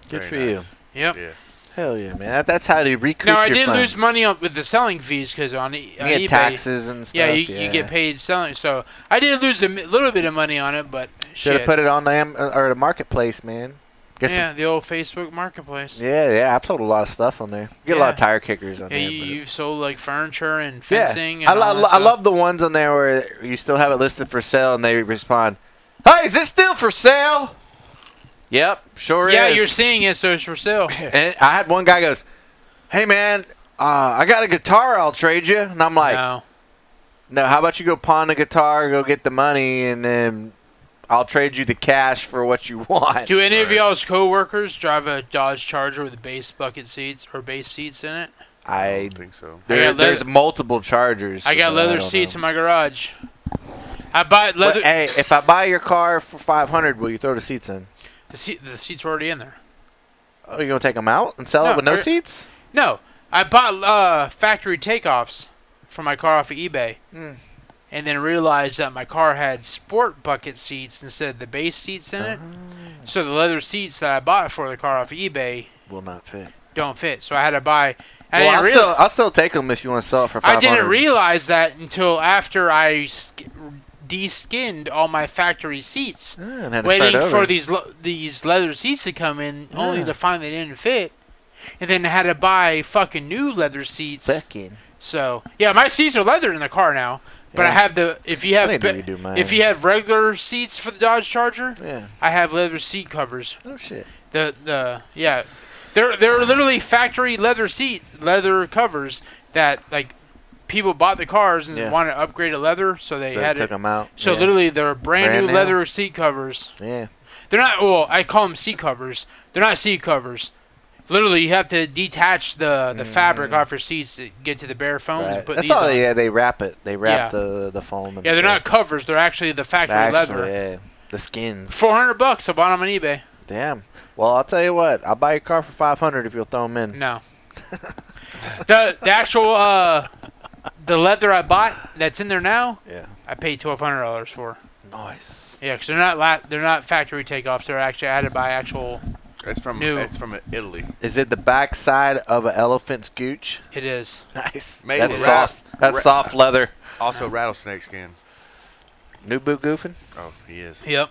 Good
Very
for
nice.
yep.
Yeah.
you. Hell yeah, man. That, that's how you recoup.
Now I
your
did lose
funds.
money on, with the selling fees because on, e-
You
on
get
eBay.
taxes and stuff.
Yeah, you, you get paid selling. So I did lose a mi- little bit of money on it, but
Should
shit.
have put it on the Am- or the marketplace, man. Get
yeah, the old Facebook Marketplace.
Some, yeah, yeah. I've sold a lot of stuff on there. Get a lot of
Yeah.
tire kickers on
Yeah,
there.
you,
but-
you've sold like furniture and
Yeah.
fencing.
I,
and
lo-
all
I
that
lo- I
stuff.
love the ones on there where you still have it listed for sale, and they respond, "Hey, is this still for sale?" Yep, sure
Yeah,
is.
you're seeing it, so it's for sale.
and I had one guy goes, "Hey, man, uh, I got a guitar. I'll trade you." And I'm like,
no.
No, how about you go pawn the guitar, go get the money, and then I'll trade you the cash for what you want.
Do any of
Right.
y'all's coworkers drive a Dodge Charger with base bucket seats or base seats in it?
I
I
don't think so.
there,
I got
there's
leather-
multiple chargers.
I got
so
leather
don't
seats in
know.
my garage. I bought
But,
leather.
hey, if I buy your car for five hundred, will you throw the seats in?
the, seat, the seats were already in there.
Oh, you gonna take them out and sell
No,
it with no
er-
seats?
No, I bought uh, factory takeoffs for my car off of eBay,
Mm. Hmm.
and then realized that my car had sport bucket seats instead of the base seats in it. So the leather seats that I bought for the car off eBay
Will not fit.
don't fit. So I had to buy. I
well, I'll
didn't real-
still I'll still take them if you want to sell it for
I
five hundred.
didn't realize that until after I sk- de-skinned all my factory seats,
and had to start
waiting
over.
for these le- these leather seats to come in, only
Yeah.
to find they didn't fit. And then I had to buy fucking new leather seats.
fucking.
So yeah, my seats are leather in the car now. But I
Yeah.
have the if you
I
have
need to
ba-
redo mine.
if you have regular seats for the Dodge Charger,
yeah.
I have leather seat covers.
Oh shit.
The the yeah, they're they're literally factory leather seat leather covers that like people bought the cars and
Yeah.
wanted to upgrade to leather, so they
They
had
took
it.
them out.
So
yeah.
literally, they're brand,
Brand
new
new.
leather seat covers.
Yeah.
They're not well. I call them seat covers. They're not seat covers. Literally, you have to detach the the fabric off your seats to get to the bare foam
Mm. Right.
and put
That's
these
all.
on. Yeah,
Yeah, they wrap it. They wrap
Yeah.
the the foam. And
they're not
stuff.
covers. They're actually the factory
Actually,
leather.
yeah. The skins.
Four hundred bucks. I bought them on eBay.
Damn. Well, I'll tell you what. I'll buy your car for five hundred if you'll throw them in.
No. the the actual uh, the leather I bought that's in there now,
Yeah.
I paid twelve hundred dollars for.
Nice.
Yeah, because they're not la- they're not factory takeoffs. They're actually added by actual.
It's from
New.
it's from Italy.
Is it the back side of an elephant's gooch?
It is.
Nice.
Made
That's
with
soft.
rat-
That's
rat-
soft leather.
Also rattlesnake skin.
New boot goofing.
Oh, he is.
Yep.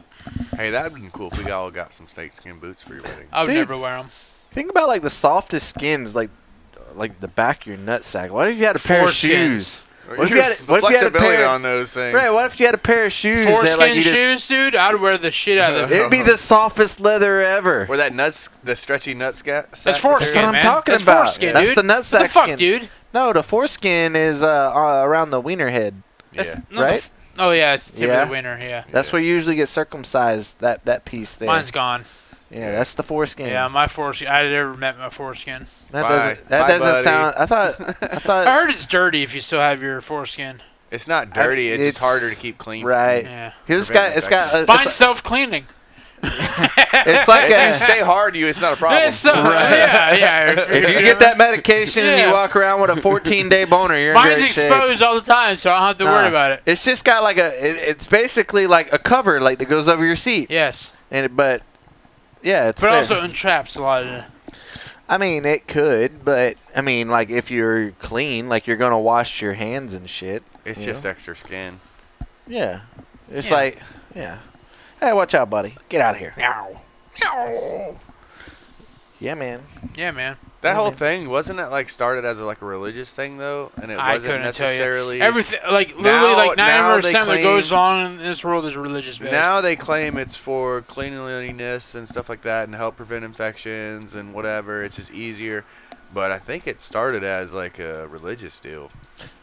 Hey, that'd been cool if we all got some snake skin boots for your wedding.
I would
Dude.
never wear them.
Think about like the softest skins, like like the back of your nutsack. What if you had a pair of
Foreskins.
shoes? What if you had-
The
what if you had a
flexibility
pair-
on those things?
Right. What if you had a pair of shoes?
Foreskin
that, like, you just- Uh-huh.
shoes, dude. I'd wear the shit out of them.
It'd be the softest leather ever.
Where that nuts, the stretchy nut scat. sack
That's
material?
foreskin,
That's what I'm
man.
talking
That's
about.
Foreskin,
That's
dude.
the nutsack
What the fuck,
skin.
dude?
No, the foreskin is uh, uh, around the wiener head,
That's
Yeah.
not the
right?
f- oh yeah, it's the tip
Yeah.
of the winter. Yeah.
That's
Yeah.
where you usually get circumcised. That that piece there.
Mine's gone.
yeah, that's the foreskin.
Yeah, my foreskin. I never met my foreskin.
that
Bye.
doesn't. That
Bye,
doesn't
buddy.
sound. I thought. I
I
thought.
heard it's dirty if you still have your foreskin.
It's not dirty. it's,
it's-
just harder to keep clean.
right.
Yeah.
It's got. It's got. A,
Mine's
it's,
self cleaning.
it's
If
like
you
a. uh,
stay hard, you it's not a problem.
It's so, Yeah, yeah.
If you get that medication and you
Yeah.
walk around with a 14 day boner, you're in
mine's
great shape.
exposed all the time, so I don't have to worry
Nah.
about it.
It's just got like a. It, it's basically like a cover, like that goes over your seat.
Yes,
And it, but yeah, it's
but
there.
also entraps a lot of. The,
I mean, it could, but I mean, like if you're clean, like you're gonna wash your hands and shit.
It's
you
just
know?
extra skin.
yeah. It's
Yeah.
like yeah. Hey, watch out, buddy. Get out of here. Meow. Meow. Yeah, man.
yeah, man.
That whole thing wasn't that like started as a, like a religious thing though, and it
I
wasn't
couldn't tell you.
necessarily
Everything like literally
Now-
like
now
ninety
they
percent that
claim-
goes on in this world is religious based.
Now they claim it's for cleanliness and stuff like that, and help prevent infections and whatever. It's just easier, but I think it started as like a religious deal.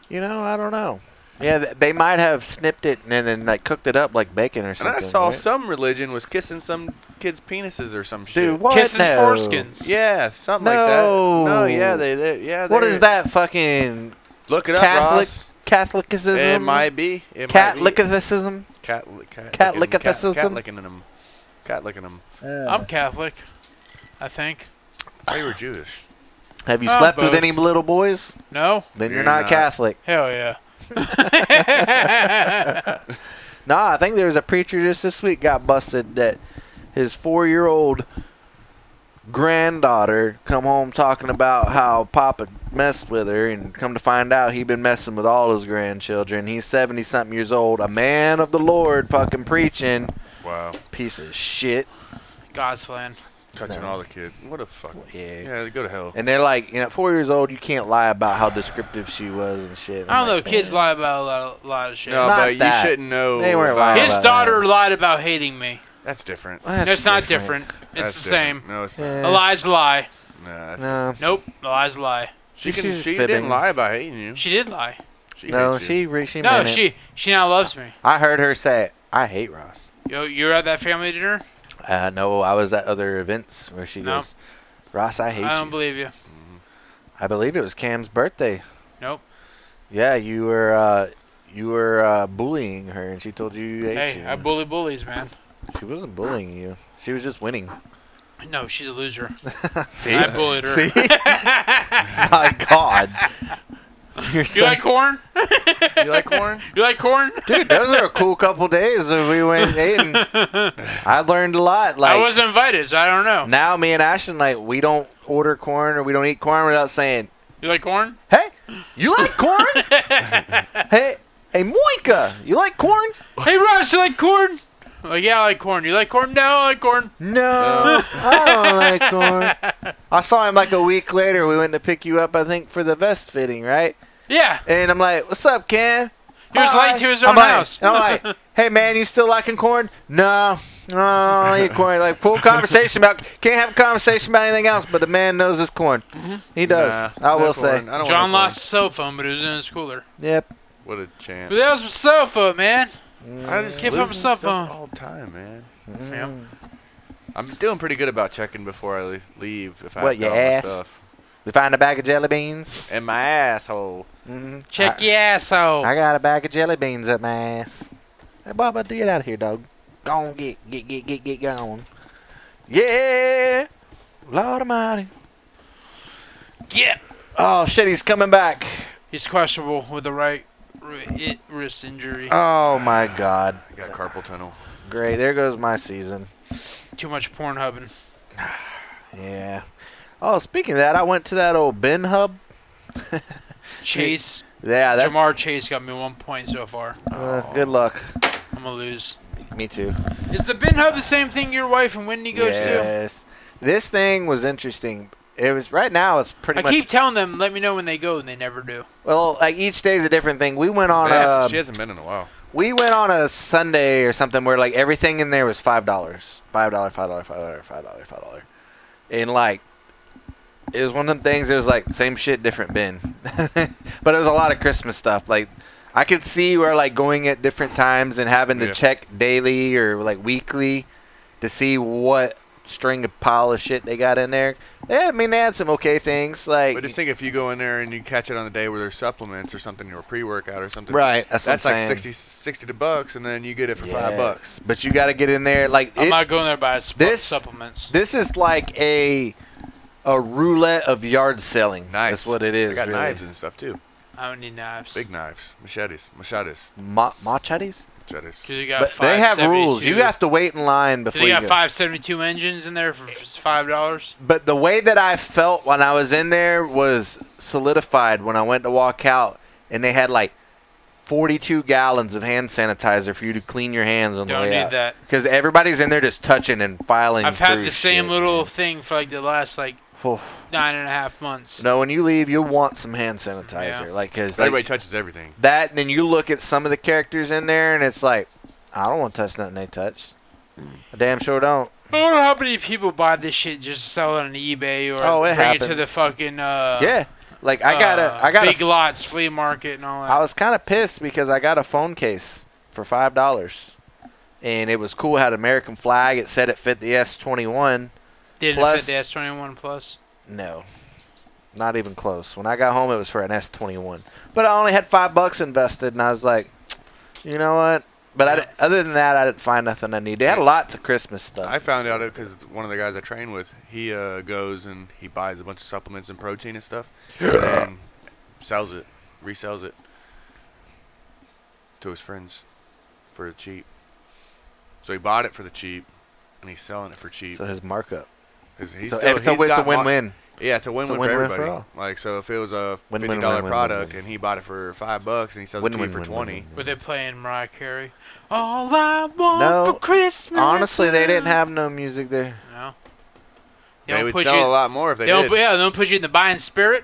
You know, I don't know. Yeah, th- they might have snipped it and then like cooked it up like bacon or
And
something.
I saw
right?
some religion was kissing some kids' penises or some shit.
dude. What?
kissing
No.
foreskins.
Yeah, something like that. No,
No.
yeah, they, they yeah.
What
they're-
is that fucking
Look it up,
Catholic
Ross.
Catholicism?
It might be. It
cat
might be.
Catholicism?
Cat lick. Cat,
Cat
licking- cat,
lickificism?
cat licking them. Cat licking them.
I'm Catholic, I think.
They were Jewish.
Have you
Oh,
slept with
both.
any little boys?
No,
Then you're,
You're
not,
not.
Catholic.
hell yeah.
Nah, I think there was a preacher just this week got busted that his four-year-old granddaughter come home talking about how Papa messed with her, and come to find out he'd been messing with all his grandchildren. He's seventy-something years old, a man of the Lord, fucking preaching,
Wow.
piece of shit.
God's plan.
Oh Touching
No.
all the kids. What a fuck.
Yeah.
Yeah, they go to hell.
And they're like, you know, at four years old, you can't lie about how descriptive she was and shit.
I
I'm
don't know.
like,
Kids
man.
lie about a lot, a lot of shit.
No,
Not
but
that.
you shouldn't know.
They weren't
about-
lying
His
about
daughter lied about hating me.
That's different.
Well, that's
That's not
different.
different. It's
That's
the
different.
same.
No, it's
Yeah.
not.
A lie's a lie.
Nah, that's
No,
Nope, a lie's a lie.
She,
She's
can,
just
she
fibbing.
didn't lie about hating you.
She did lie.
She
no,
hates you.
she re- she
No,
meant it.
she she now loves me.
I heard her say, "I hate Ross."
Yo, you're at that family dinner.
Uh, no, I was at other events where she
No.
goes, "Ross, I hate
I don't
you."
believe you.
I believe it was Cam's birthday.
Nope.
Yeah, you were uh, you were uh, bullying her, and she told you you hate
Hey,
you.
I bully bullies, man.
she wasn't bullying you. She was just winning.
No, she's a loser.
See,
I bullied her.
see, my God.
Your
You like corn?
You like corn?
You like corn?
Dude, those are a cool couple days that we went and I learned a lot. Like
I was invited, so I don't know.
now, me and Ashton, like we don't order corn or we don't eat corn without saying,
You like corn?
"Hey, you like corn? hey, hey, Moika, you like corn?
Hey, Ross, you like corn? I'm Like, Oh, yeah, I like corn. You like corn? No, I like corn.
No, I don't like corn. I saw him like a week later. We went to pick you up, I think, for the vest fitting, right?
Yeah.
And I'm like, "What's up, Cam?"
He was
Hi.
late to his
I'm
own
like-
house.
and I'm like, hey man, you still liking corn? No, no, I don't eat corn. Like full conversation about can't have a conversation about anything else, but the man knows his corn.
Mm-hmm.
He does.
Nah,
I
no corn.
will say.
I don't want
John
no corn.
lost his cell phone, but it was in his cooler.
Yep.
What a
But
chance.
that was my cell phone, man.
I just
Give
give
him
him
cell
stuff
phone.
all the time, man.
Yeah.
Mm-hmm.
I'm doing pretty good about checking before I le- leave if I
What,
have
your
all my
ass?
stuff.
We find a bag of jelly beans.
And my asshole.
hmm
Check
I,
your asshole.
I got a bag of jelly beans up my ass. Hey, Baba, do get out of here, dog. Go on, get, get, get, get, get gone. Yeah. Lord Almighty.
yeah.
Oh shit, he's coming back.
He's questionable with the right ri- it- wrist injury.
Oh my god.
I got carpal tunnel.
Great. There goes my season.
Too much porn hubbing.
Yeah. Oh, speaking of that, I went to that old Ben Hub.
Chase.
Yeah, that.
Jamar Chase got me one point so far.
uh, good luck.
I'm gonna lose.
Me too.
Is the bin hub the same thing your wife and Wendy goes to?
yes. This thing was interesting. It was right now. It's pretty
I
much
keep telling them, let me know when they go, and they never do.
well. Like each day's a different thing. We went on uh,
Man,
a
she hasn't been in a while.
we went on a Sunday or something where like everything in there was five dollars, five dollar, five dollar, five dollar, five dollar, five dollar, and like it was one of them things. It was like same shit, different bin, but it was a lot of Christmas stuff. Like I could see where like going at different times and having to
Yeah.
check daily or like weekly to see what string of pile of shit they got in there. Yeah, I mean they had some okay things like
But just think if you go in there and you catch it on the day where there's supplements or something, or pre-workout or something.
right. That's, what I'm
That's like
saying.
60, 60 to bucks, and then you get it for
Yeah.
five bucks.
But you got to get in there like
I'm
it-
not going there by
this-
supplements.
This is like a a roulette of yard selling.
Nice.
That's what it is.
I got
really.
knives and stuff too.
I don't need knives.
Big knives, machetes, machetes,
Ma- machetes?
machetes.
Do they got
But they have
572
rules. You have to wait in line
Do
before
they
you
got
go.
572 engines in there for f- five dollars?
But the way that I felt when I was in there was solidified when I went to walk out, and they had like 42 gallons of hand sanitizer for you to clean your hands on the
Don't
way
need
out.
that.
Because everybody's in there just touching and filing.
I've had
through
the same
shit,
little
man.
thing for like the last like
Oof.
nine and a half months.
No, when you leave, you'll want some hand sanitizer.
Yeah.
Like, cause like,
Everybody touches everything.
that and then you look at some of the characters in there and it's like i don't want to touch nothing they touch I damn sure don't
I wonder how many people buy this shit just to sell it on eBay or
Oh, it
bring it to the
happens.
fucking uh,
yeah like i got
uh,
a i got
big
a,
lots flea market and all that.
i was kind of pissed because i got a phone case for five dollars and it was cool it had american flag it said it fit the s21
Didn't
plus-
fit the S twenty one plus.
no not even close when i got home it was for an s21 but i only had five bucks invested and i was like you know what but I
Yeah.
di- other than that i didn't find nothing i need they had lots of christmas stuff
I found out it because one of the guys I train with, he uh, goes and he buys a bunch of supplements and protein and stuff, and sells it, resells it to his friends for cheap. So he bought it for the cheap, and he's selling it for cheap.
so his markup
'Cause he's
so
still-
it's, a,
he's
it's a
got mar-
win-win.
Yeah, it's a win-win, for
win-win for
everybody.
all.
like, so if it was a
Win-win,
fifty dollar
win-win,
product
win-win.
and he bought it for five bucks and he sells it to
Win-win,
you for
win-win,
twenty,
win-win.
Were they playing Mariah Carey? All I want
No,
for Christmas.
Honestly, they didn't
is-"
have no music there,
No. They,
they
don't
would
put
sell
you.
a lot more if they,
they don't.
did.
Yeah, they don't put you in the buying spirit.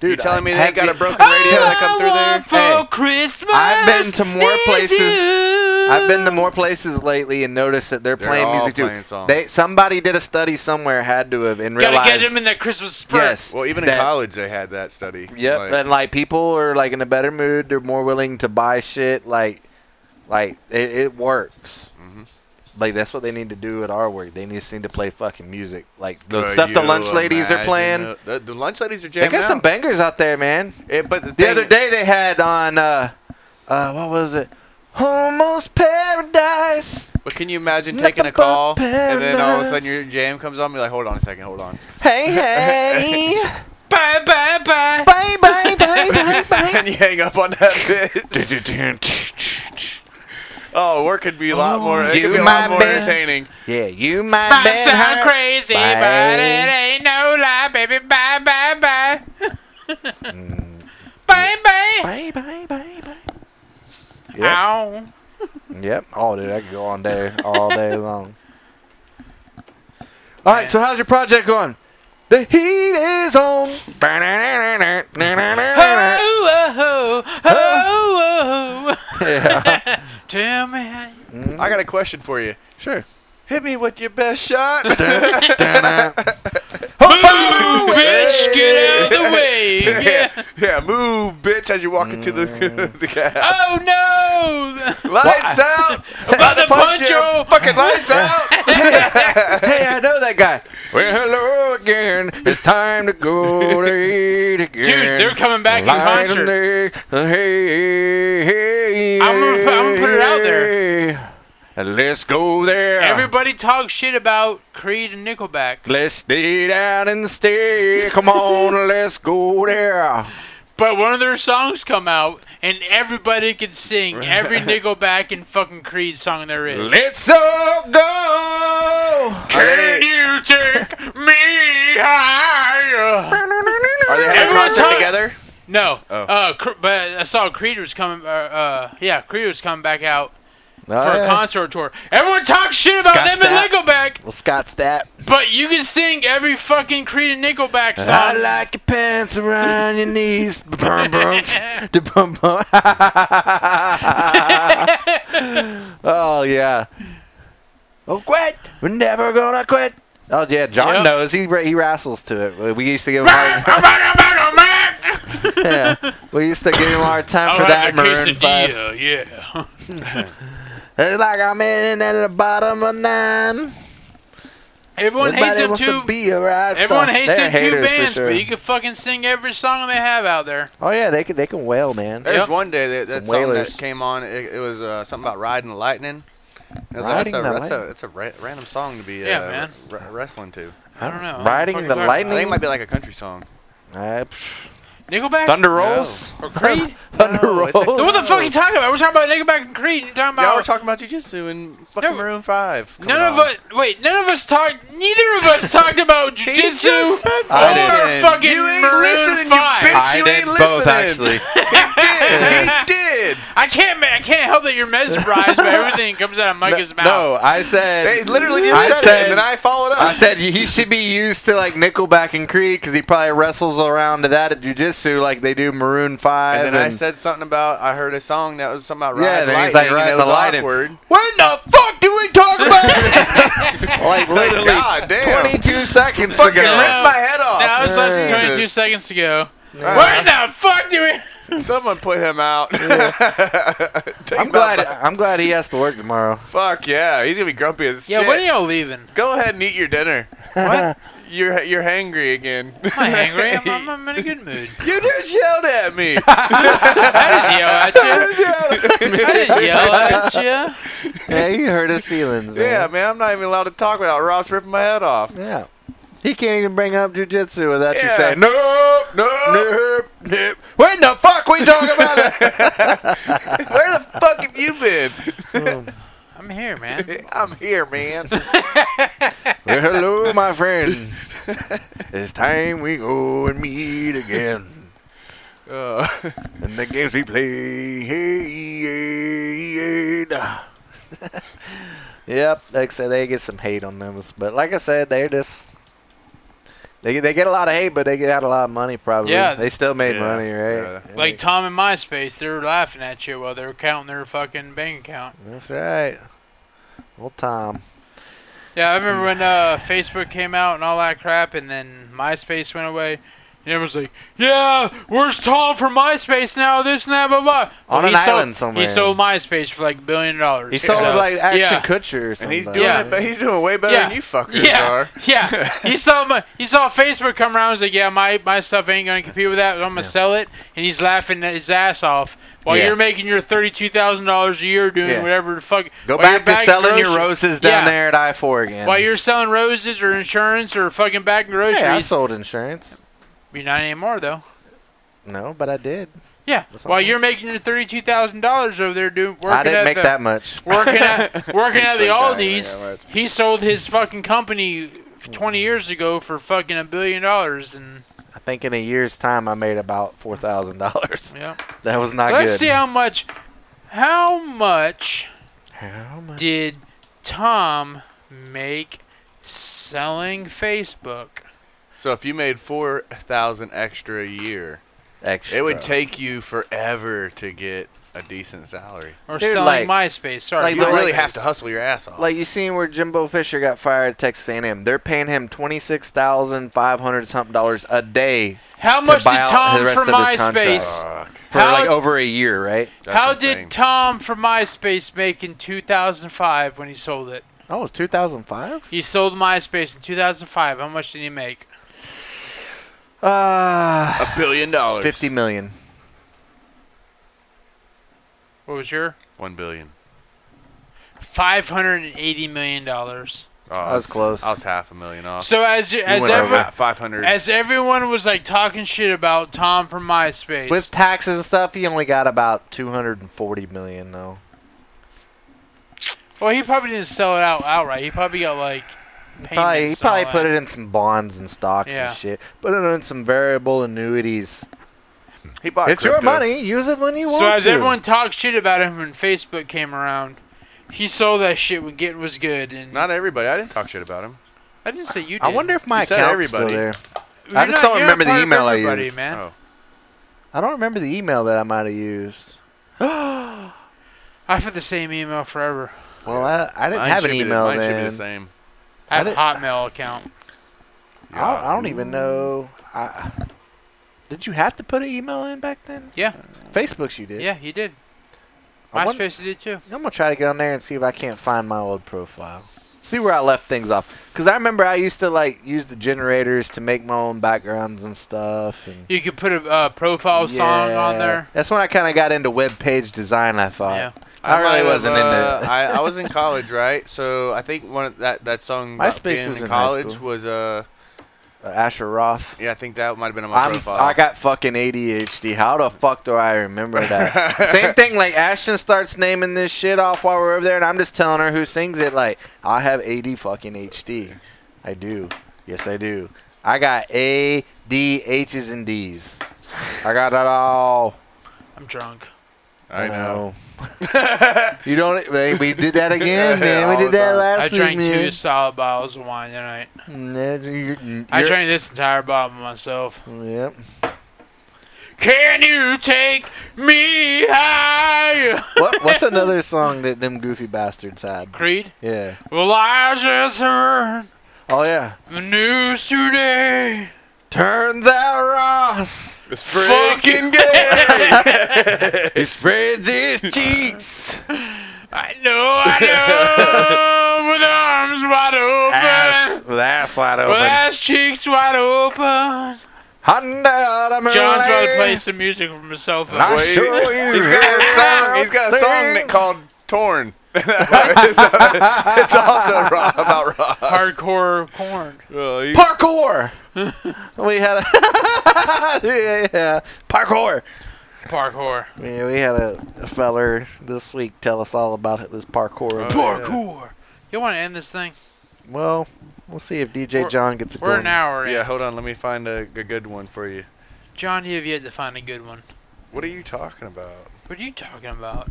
dude.
You're telling
I-
me they
have
ain't got
you-
a broken radio
All
that come through
I
there?
want for
Hey,
Christmas.
I've been to more
is
places-
you.
I've been to more places lately and noticed that they're,
They're
playing
all
music too.
playing songs.
They somebody did a study somewhere had to have and
Gotta
realized.
get them in that Christmas spirit.
yes.
Well, even in
that-
college, they had that study.
Yep.
Like,
and like people are like in a better mood. They're more willing to buy shit. Like, like it, it works.
Mhm.
Like that's what they need to do at our work. They just need to play fucking music. Like the
Could
stuff the
you
lunch ladies are
imagine
playing.
The, the- the lunch ladies are
They
jamming
got some
out.
bangers out there, man.
Eh, but the,
The
thing-
other day they had on uh, uh what was it? Homo's Paradise.
But can you imagine
Nothing
taking a
but
call and then all of a
paradise.
sudden your jam comes on? Be like, hold on a second, hold on.
Hey hey.
Ba, bye, bye, bye.
Bye bye bye bye bye.
and you hang up on that bitch. Oh, work could be a lot more. It
you
could be a lot
my
more
man.
entertaining.
yeah, you might
Might
been
sound
hurt.
crazy,
Bye.
but it ain't no lie, baby. Bye, bye, bye.
Mm,
Bye, bye.
Bye bye bye bye. Yep.
Ow.
Yep. Oh, dude, I could go on day all day long. All right. So, how's your project going? The heat is on. yeah.
Oh, oh, oh, oh, oh. Tell me how.
I got a question for you.
Sure.
Hit me with your best shot.
Boo, bitch, get out of the way. Yeah.
yeah, move, bitch, as you walk into the
Mm.
the cab.
Oh, no.
Lights out.
About to punch you.
Fucking lights out.
hey, I know that guy. Well, hello again. It's time to go to eat again.
Dude, they're coming back in
Light 'em
concert.
there. Hey, hey,
I'm gonna- I'm gonna put it out
there. Let's go there.
Everybody talks shit about Creed and Nickelback.
Let's stay down and stay. Come on, let's go there.
But one of their songs come out, and everybody can sing every Nickelback and fucking Creed song there is.
Let's all go.
Can you take me higher?
Are they having a
Everyone's
concert
hot.
together?
No.
Oh.
Uh, Cr- but I saw Creed was coming. Uh, uh, yeah, Creed was coming back out
Oh,
for a
yeah.
concert tour. Everyone talks shit about
Scott
them
Stapp.
and Nickelback,
Well, Scott's that.
but you can sing every fucking Creed and Nickelback
I
song.
like your pants around your knees. Brum, brum, the brum, brum. oh, yeah. Oh, quit. We're never going to quit. Oh, yeah. John
Yep.
knows. He, ra- he wrestles to it. We used to give him hard, yeah. We used to give him a hard time
I'll
for that.
have Oh, a
Maroon five.
quesadilla, yeah.
It's like I'm in at the bottom of nine.
Everyone hates
Everybody
him
wants
too.
to be a rock star.
Everyone hates
They're
them two
haters for
bands,
sure.
but you can fucking sing every song they have out there.
Oh, yeah. They can, they can wail, man.
There was
Yep.
one day that, that
Some
song
whalers.
that came on. It, it was uh, something about riding the lightning. I was like, that's a,
Riding the
that's
lightning.
a, that's a ra- random song to be uh,
Yeah, man.
r- wrestling to.
I don't know.
Riding
Fucking
the
talking
I
lightning?
think it might be like a country song.
Uh, psh.
Nickelback?
Thunder
Rolls?
Rolls?
Or Creed?
Thunder
No, it's like-
Rolls?
what the fuck are you talking about? We're talking about Nickelback and Creed. You're talking
Y'all
about.
were talking about jujitsu and fucking
No.
Maroon Five. Come
none of
on.
us. Wait, none of us talked. Neither of us talked about
He just
jujitsu
said
I
or
something.
fucking
You ain't
Maroon
listening, you
Five.
bitch.
I
you
did
ain't
both,
listening.
actually.
He did. He did.
I can't. ma- I can't help that you're mesmerized by everything that comes out of Micah's
no,
mouth.
no, I said.
They literally just
I
said, it,
said-
and then I followed up.
I said he should be used to like Nickelback and Creed because he probably wrestles around to that at jujitsu like they do Maroon Five.
and then I said something about I heard a song that was something about
Yeah,
riding
then he's
lightning,
like, "Riding
and
the
it was
lightning."
awkward.
"When the fuck do we talk about?" like literally
God damn.
twenty-two seconds
Fucking
ago.
No.
ripped my head off.
That was less than
Jesus.
22 seconds ago.
Uh,
Where the fuck do we?
Someone put him out. Take
I'm
him
glad.
out.
I'm glad he has to work tomorrow.
Fuck yeah, he's gonna be grumpy as
Yeah,
shit.
when are y'all leaving?
Go ahead and eat your dinner.
What?
You're you're hangry again.
I'm not hangry. I'm, I'm, I'm in a good mood.
you just yelled at me.
I didn't yell at you. I didn't yell at you.
yeah, he hurt his feelings,
yeah,
man.
man, I'm not even allowed to talk without Ross ripping my head off.
Yeah, He can't even bring up jujitsu without
Yeah.
you saying nope,
Nope.
nope, nope. When the fuck we talk about it?
Where the fuck have you been?
I'm here, man.
I'm here, man.
Well, hello, my friend. It's time we go and meet again.
Uh,
And the games we play. yep, like I said, they get some hate on them. But like I said, they're just. They, they get a lot of hate, but they get out a lot of money probably.
Yeah.
They still made
Yeah,
money,
yeah.
right?
Like Tom and MySpace, they were laughing at you while they were counting their fucking bank account.
That's right. Well, Tom.
Yeah, I remember when uh, Facebook came out and all that crap, and then MySpace went away. And everyone's like, "Yeah, where's Tom from MySpace now? This and that, blah blah."
On
Well,
an
he sold-
island somewhere.
He sold MySpace for like a billion dollars.
He sold
So,
like Action
yeah.
Kutcher or
and
something.
he's doing
Yeah.
it, but he's doing way better
Yeah.
than you fuckers
Yeah,
are.
yeah. He saw my, he saw Facebook come around. and was like, "Yeah, my, my stuff ain't gonna compete with that. I'm gonna sell it." And he's laughing his ass off while
Yeah.
you're making your thirty-two thousand dollars a year doing
Yeah.
whatever the fuck.
Go
while
back
you're
to
bagging
selling your
groceries-
roses down
Yeah.
there at I 4 again.
While you're selling roses or insurance or fucking bagging
Hey, I
groceries.
sold insurance.
You're not anymore though.
No, but I did.
Yeah.
That's not
While
bad.
you're making your thirty-two thousand dollars over there doing working
I didn't
at
make
the,
that much.
working at working at
Shake that
the
thing
Aldi's.
out loud.
He sold his fucking company twenty years ago for fucking a billion dollars, and
I think in a year's time, I made about four thousand dollars.
yeah.
That was not
Let's
good.
see how much. How much
How much-
did Tom make selling Facebook?
So if you made four thousand extra a year,
Extra.
it would take you forever to get a decent salary.
Or
Dude,
selling
like-
MySpace? Sorry,
like
You
the-
really
like-
have to hustle your ass off.
Like you seen where Jimbo Fisher got fired at Texas A&M. They're paying him twenty six thousand five hundred something dollars a day
How
to
much did
buy out
Tom
the rest
from
of his contract. Oh,
MySpace?
Fuck.
for
How-
like over a year, right?
That's
How
insane.
did Tom from MySpace make in 2005 when he sold it?
Oh, it was two thousand five.
He sold MySpace in 2005. How much did he make?
Uh
a billion dollars?
fifty million.
What was your?
One billion.
Five hundred and eighty million dollars.
Oh,
I was close.
I was half a million off.
So as you- as
went over.
every,
Five hundred.
as everyone was like talking shit about Tom from MySpace,
With taxes and stuff, he only got about two hundred and forty million though.
well, he probably didn't sell it out outright. He probably got like
Probably, he
payments and all
probably put
that.
it in some bonds and stocks
Yeah.
and shit. Put it in some variable annuities.
He bought
It's your
crypto.
money. Use it when you want
So as
to.
everyone talked shit about him when Facebook came around, he sold that shit when getting was good. And
Not everybody. I didn't talk shit about him.
I didn't say you. Did.
I wonder if my
You said
account's still
everybody.
there.
You're
I just
not-
don't
you're not
remember the
part of
email I
everybody,
used.
Man,
Oh.
I don't remember the email that I might have used.
I've had the same email forever.
Well, I, I didn't
Mine
have
should
an
be the-
email
mine should be
then.
the same.
I
I
have a
did-
Hotmail account.
I, don't, I don't e-
Yahoo.
even know. I, did you have to put an email in back then?
Yeah,
Facebook's you did.
yeah, you did.
I wonder-
MySpace you did too.
I'm gonna try to get on there and see if I can't find my old profile. See where I left things off. Cause I remember I used to like use the generators to make my own backgrounds and stuff. And
You could put a uh, profile song on
Yeah.
there.
That's when I kind of got into web page design. I thought.
Yeah.
I really
might have,
wasn't into
uh,
it.
I, I was in college, right? So I think one of that that song about
MySpace
being
was
in
in high
college
school.
was uh
Uh, Asher Roth.
yeah I think that might have been on my
I'm,
profile.
I got fucking ADHD. How the fuck do I remember that? Same thing, like Ashton starts naming this shit off while we're over there, and I'm just telling her who sings it. Like, I have AD fucking HD. I do. Yes, I do. I got A, D, H's, and D's. I got it all.
I'm drunk.
I know.
you don't. man, We did that again, man.
All
We did
the
that
time.
last
I drank
week,
two solid bottles of wine tonight.
man. You're-
I
you're-
drank this entire bottle myself.
Yep.
Can you take me higher?
What, what's another song that them goofy bastards had?
Creed.
Yeah.
Well, I just heard
Oh yeah.
the news today.
Turns out Ross
It's
freaking
gay.
he spreads his cheeks,
I know, I know, with arms wide open,
ass with ass wide
with
open.
ass cheeks wide open.
Honda automatic.
John's about to play some music from his cell phone.
Nice.
Wait,
Sure you
he's got a song. He's got a song that called "Torn." uh, it's also Ro- about Ross.
Hardcore porn.
Oh, he-
parkour. we had a yeah, yeah, parkour.
Parkour.
Yeah, we had a, a feller this week tell us all about this parkour.
Oh,
Parkour. You want to end this thing?
Well, we'll see if DJ
We're-
John gets a
We're
going.
an hour in.
yeah, hold on. Let me find a, a good one for you.
John, you have yet to find a good one.
What are you talking about?
What are you talking about?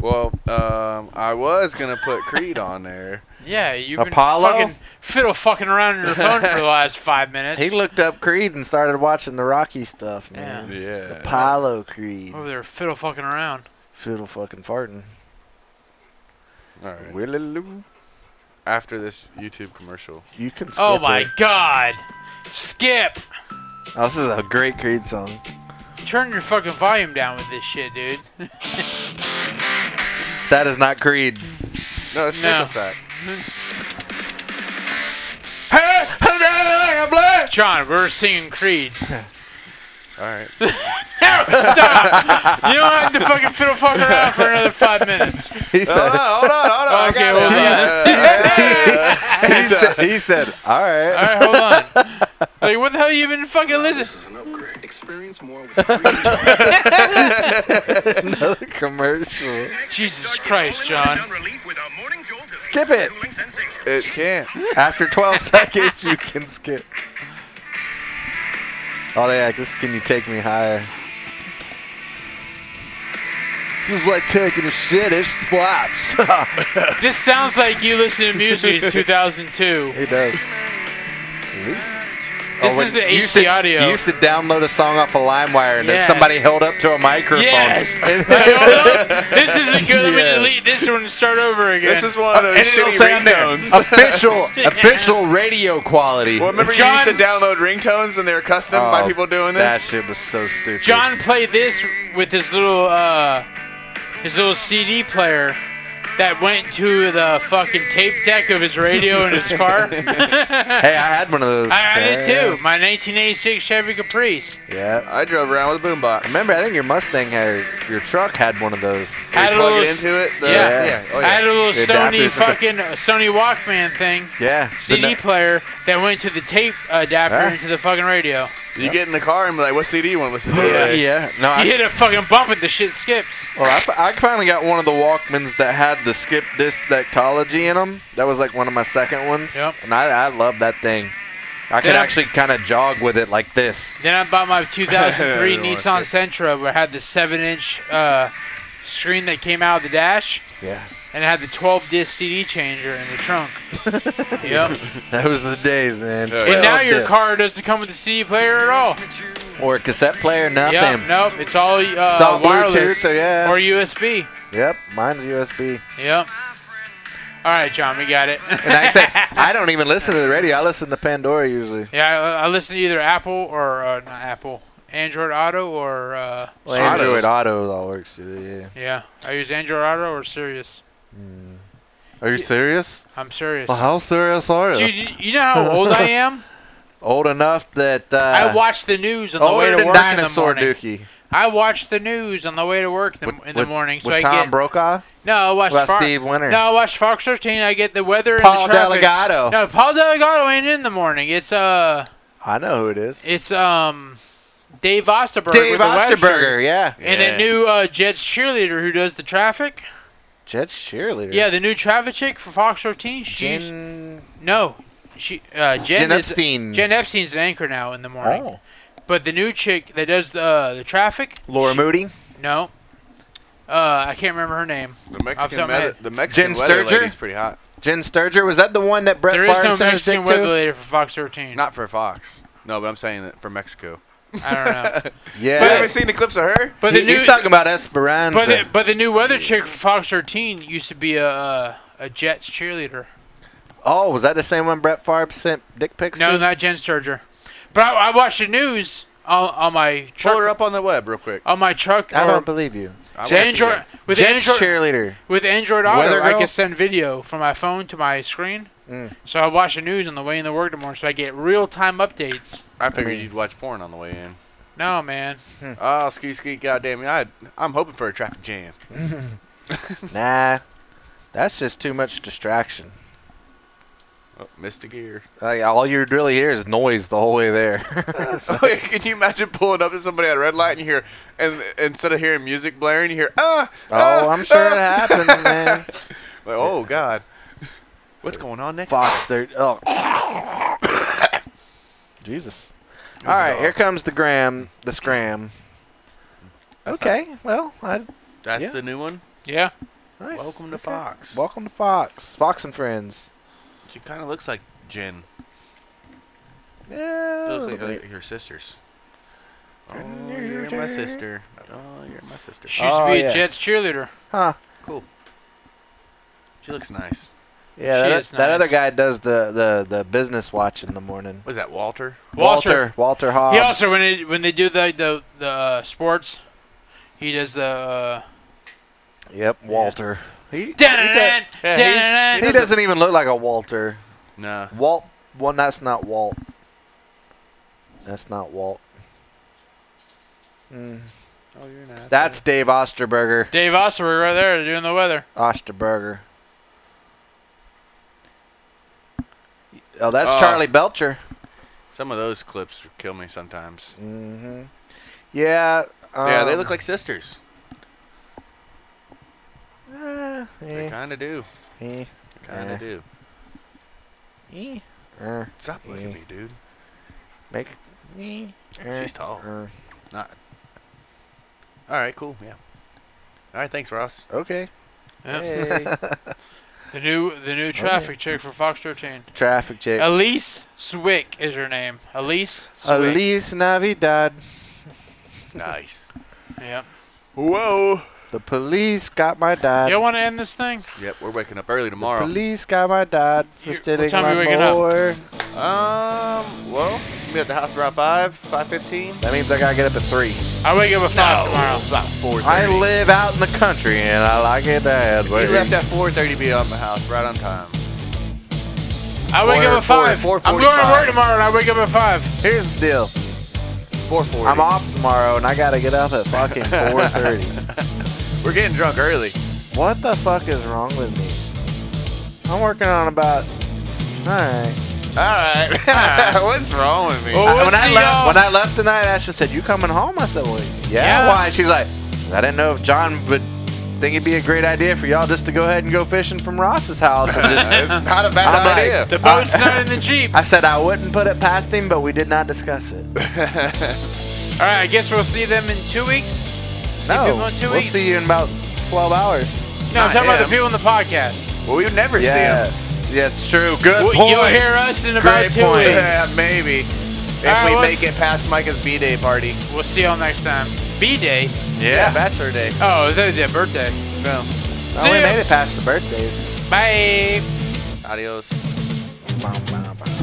Well, um, I was gonna put Creed on there.
Yeah, you've
Apollo?
been fucking fiddle fucking around on your phone for the last five minutes.
He looked up Creed and started watching the Rocky stuff,
Yeah. Oh,
man.
Yeah.
Apollo Creed.
over there fiddle fucking around.
Fiddle fucking farting.
All right.
Willaloo.
After this YouTube commercial.
You can skip
Oh my
it.
god. Skip.
Oh, this is a great Creed song.
Turn your fucking volume down with this shit, dude.
That is not Creed.
No, it's
No.
Nickelsack.
John, we're singing Creed.
All right.
No, stop! you don't have to fucking fiddle fuck around for another five minutes.
He said,
Oh,
hold on, hold on.
Okay, well,
he, said he said, all right.
All right, hold on. Like, what the hell you been fucking listening?
This is an upgrade. Experience more with free
Another commercial.
Jesus Christ, John.
Skip it.
It can't.
After 12 seconds, you can skip. Oh, yeah, this is Can You Take Me Higher? This is like taking a shit. It slaps.
This sounds like you listened to music in 2002.
it does. Oh,
This is the
you
HD
used to,
audio.
You used to download a song off of LimeWire and then
Yes.
somebody held up to a microphone.
Yes.
And-
this isn't good. Let me
Yes.
delete this one and start over again.
This is one of those
and it'll
shitty
say on there,
ringtones.
Official, official radio quality.
Well, remember
John-
you used to download ringtones and they were custom by people doing
Oh, That
this?
shit was so stupid.
John played this with his little uh his little CD player that went to the fucking tape deck of his radio in his car.
Hey, I had one of those.
I, I did
Yeah.
too. My 1986 Chevy Caprice
Yeah.
I drove around with a boombox.
Remember, I think your Mustang or your truck had one of those.
We
had a
plug
little.
it
s-
into it. The,
yeah.
Oh,
I had a little
The
Sony
adapters for the-
fucking uh, Sony Walkman thing.
Yeah.
CD player that went to the tape adapter
Ah.
into the fucking radio.
You get in the car and be like, what CD you want to listen to?
yeah.
Like,
yeah. No.
You
I,
hit a fucking bump and the shit skips.
well, I, fi- I finally got one of the Walkmans that had the skip disc tectology in them. That was like one of my second ones.
Yep.
And I, I love that thing. I could
Yeah.
actually kind of jog with it like this.
Then I bought my 2003
Everyone wants
Nissan Sentra, where it had the 7-inch uh, screen that came out of the dash,
Yeah.
and it had the 12-disc CD changer in the trunk. yep.
That was the days, man.
Yeah.
And now
12
your
disc.
car doesn't come with a CD player at all.
or a cassette player, nothing.
Yep. Nope. It's all uh,
It's all Bluetooth,
wireless
so yeah.
or USB.
yep, mine's USB.
Yep. All right, John, we got it.
And I say, I don't even listen to the radio. I listen to Pandora usually.
yeah, I, I listen to either Apple or uh, not Apple, Android Auto or uh,
Well,
Autos.
Android Auto all works today, yeah.
yeah, I use Android Auto or Sirius.
Are you serious?
I'm serious.
Well, how serious are you?
Dude, you- you know how old I am?
Old enough that uh, oh,
I watch the news on the way
older
to
than
work
Dinosaur
in the morning.
Dookie
I watch the news on the way to work in the,
With-
in the
with-
morning, so
with
I
Tom
get
Brokaw.
no. I watch
About
Fox.
Steve Winter.
No, I watch Fox 13. I get the weather
Paul
and the traffic.
Delgado.
No, Paul Delgado ain't in the morning. It's uh,
I know who it is.
it's um, Dave Osterberg.
Dave
with the weather shirt.
Osterberger. Yeah,
And
Yeah.
the new uh, Jets cheerleader who does the traffic.
Judge Cheerleader.
Yeah, the new traffic chick for Fox 13. She's
Jen.
no, she uh, Jen,
Jen
is-
Epstein.
Jen Epstein's an anchor now in the morning.
Oh.
But the new chick that does the uh, the traffic,
Laura Moody.
no, uh, I can't remember her name.
The
Off the
Mexican,
top of my
weather,
head.
the Mexican
Jen
weather
Sturger?
lady's pretty hot.
Jen Sturger. Was that the one that Brett
There
Favre
is no
sent his
Mexican
dick
weather
to?
later for Fox 13.
Not for Fox. No, but I'm saying that for Mexico.
I don't know.
Yeah.
But I haven't seen the clips of her.
But
He-
the new,
he's talking about Esperanza.
but the, but the new weather chick for Fox 13 used to be a uh, a Jets cheerleader.
oh, was that the same one Brett Favre sent dick pics
No,
to?
not Jen Sturger. But I, I watched the news on, on my truck.
Pull her up on the web real quick.
On my truck.
I
or
don't believe you.
I watched
Jets-
it.
Android, with
Jets
Android,
cheerleader.
With Android Auto,
Weather
I
girl?
can send video from my phone to my screen.
Mm.
So I watch the news on the way in the work tomorrow, so I get real time updates.
I figured you'd watch porn on the way in.
No, man.
Oh, ski ski, goddamn it! I, I'm hoping for a traffic jam.
Nah, that's just too much distraction.
Oh, missed a gear.
Like, Uh, all you really hear is noise the whole way there.
Can you imagine pulling up to somebody at a red light and you hear, and instead of hearing music blaring, you hear ah.
oh, I'm sure it
ah."
happens, man.
Like, oh god, what's going on next?
Fox 13. Oh. Jesus. All
a
right,
dog.
here comes the gram, the scram. okay, well, I,
That's
Yeah.
the new one.
Yeah.
nice.
Welcome to
Okay.
Fox.
Welcome to Fox. Fox and Friends.
She kind of looks like Jen.
Yeah. a
Looks
little
like
bit.
like your sisters. Oh,
you're
you're my
dead.
sister. Oh, you're my sister.
She used
Oh,
to be
yeah.
a Jets cheerleader.
Huh.
Cool. She looks nice.
Yeah,
She
that,
is
that other
nice.
guy does the, the, the business watch in the morning.
Was that Walter? Um,
Walter.
Walter, Walter Hobbs.
he also when they, when they do the the, the uh, sports, he does the. Uh,
Yep, Walter. He, he,
dun-dun-dun,
Yeah, he-
dun-dun-dun.
does, not even look like a Walter.
Nah.
Walt. Well, that's not Walt. That's not Walt. Mm,
Oh, you're nice.
that's Dave Osterberger.
Dave Osterberg right there doing the weather.
Osterberger. Oh, that's
Oh.
Charlie Oh, Belcher.
Some of those clips kill me sometimes.
Mm-hmm. Yeah.
yeah, they
um,
look like sisters.
eh,
They
eh,
kind of do.
eh,
Kind
Yeah.
of do.
eh, er,
Stop looking at
Yeah.
me, dude.
make- eh, er,
She's tall.
er.
Not. All right, cool. Yeah. All right, thanks, Ross.
Okay.
Yep.
Hey.
The new the
Oh,
new traffic chick for Fox 13.
Traffic chick.
Elise Swick is her name. Elise Swick.
Elise Navidad.
Nice.
Yep.
Whoa.
The police got my dad.
Y'all want to end this thing?
Yep, we're waking up early
the
tomorrow.
police got my dad for
You- what
stealing
time you
my
waking up?
mower.
Um. Well, we at the house around five, five fifteen.
That means I gotta get up at three.
I wake up at five tomorrow.
About four.
I live out in the country and I like it that way.
We left at four thirty. Be on the house right on time.
I wake up at
Four-
five.
four
I'm going to work
45.
tomorrow and I wake up at five.
Here's the deal.
Four forty.
I'm off tomorrow and I gotta get up at fucking 4:30.
We're getting drunk early.
What the fuck is wrong with me? I'm working on about. All right.
All right. What's wrong with me?
Oh. Well,
when I
see
left,
y'all.
when I left tonight, Ashley said, "You coming home?" I said, "Well, yeah."
Yeah.
Why? She's like, "I didn't know if John would think it'd be a great idea for y'all just to go ahead and go fishing from Ross's house." And
it's
just,
not a bad
I'm like-
idea.
The boat's not in the Jeep.
I said I wouldn't put it past him, but we did not discuss it.
All right, I guess we'll see them in two weeks. See people
no,
in 2
we'll
weeks.
see you in about 12 hours.
No, I'm talking about
Not
the people in the podcast.
well, we would never see him.
Yes, yes, true. Good
Well,
point.
You'll hear us in about
Great
two
point.
weeks.
Yeah, maybe. If
All right,
we
well,
make
s-
it past Micah's B-Day party.
We'll see y'all next time. B Day.
Yeah. Bachelor Day.
Oh, the, the birthday.
No.
I
See
only
ya.
made it past the birthdays.
Bye.
Adios.
Bum, bum, bum.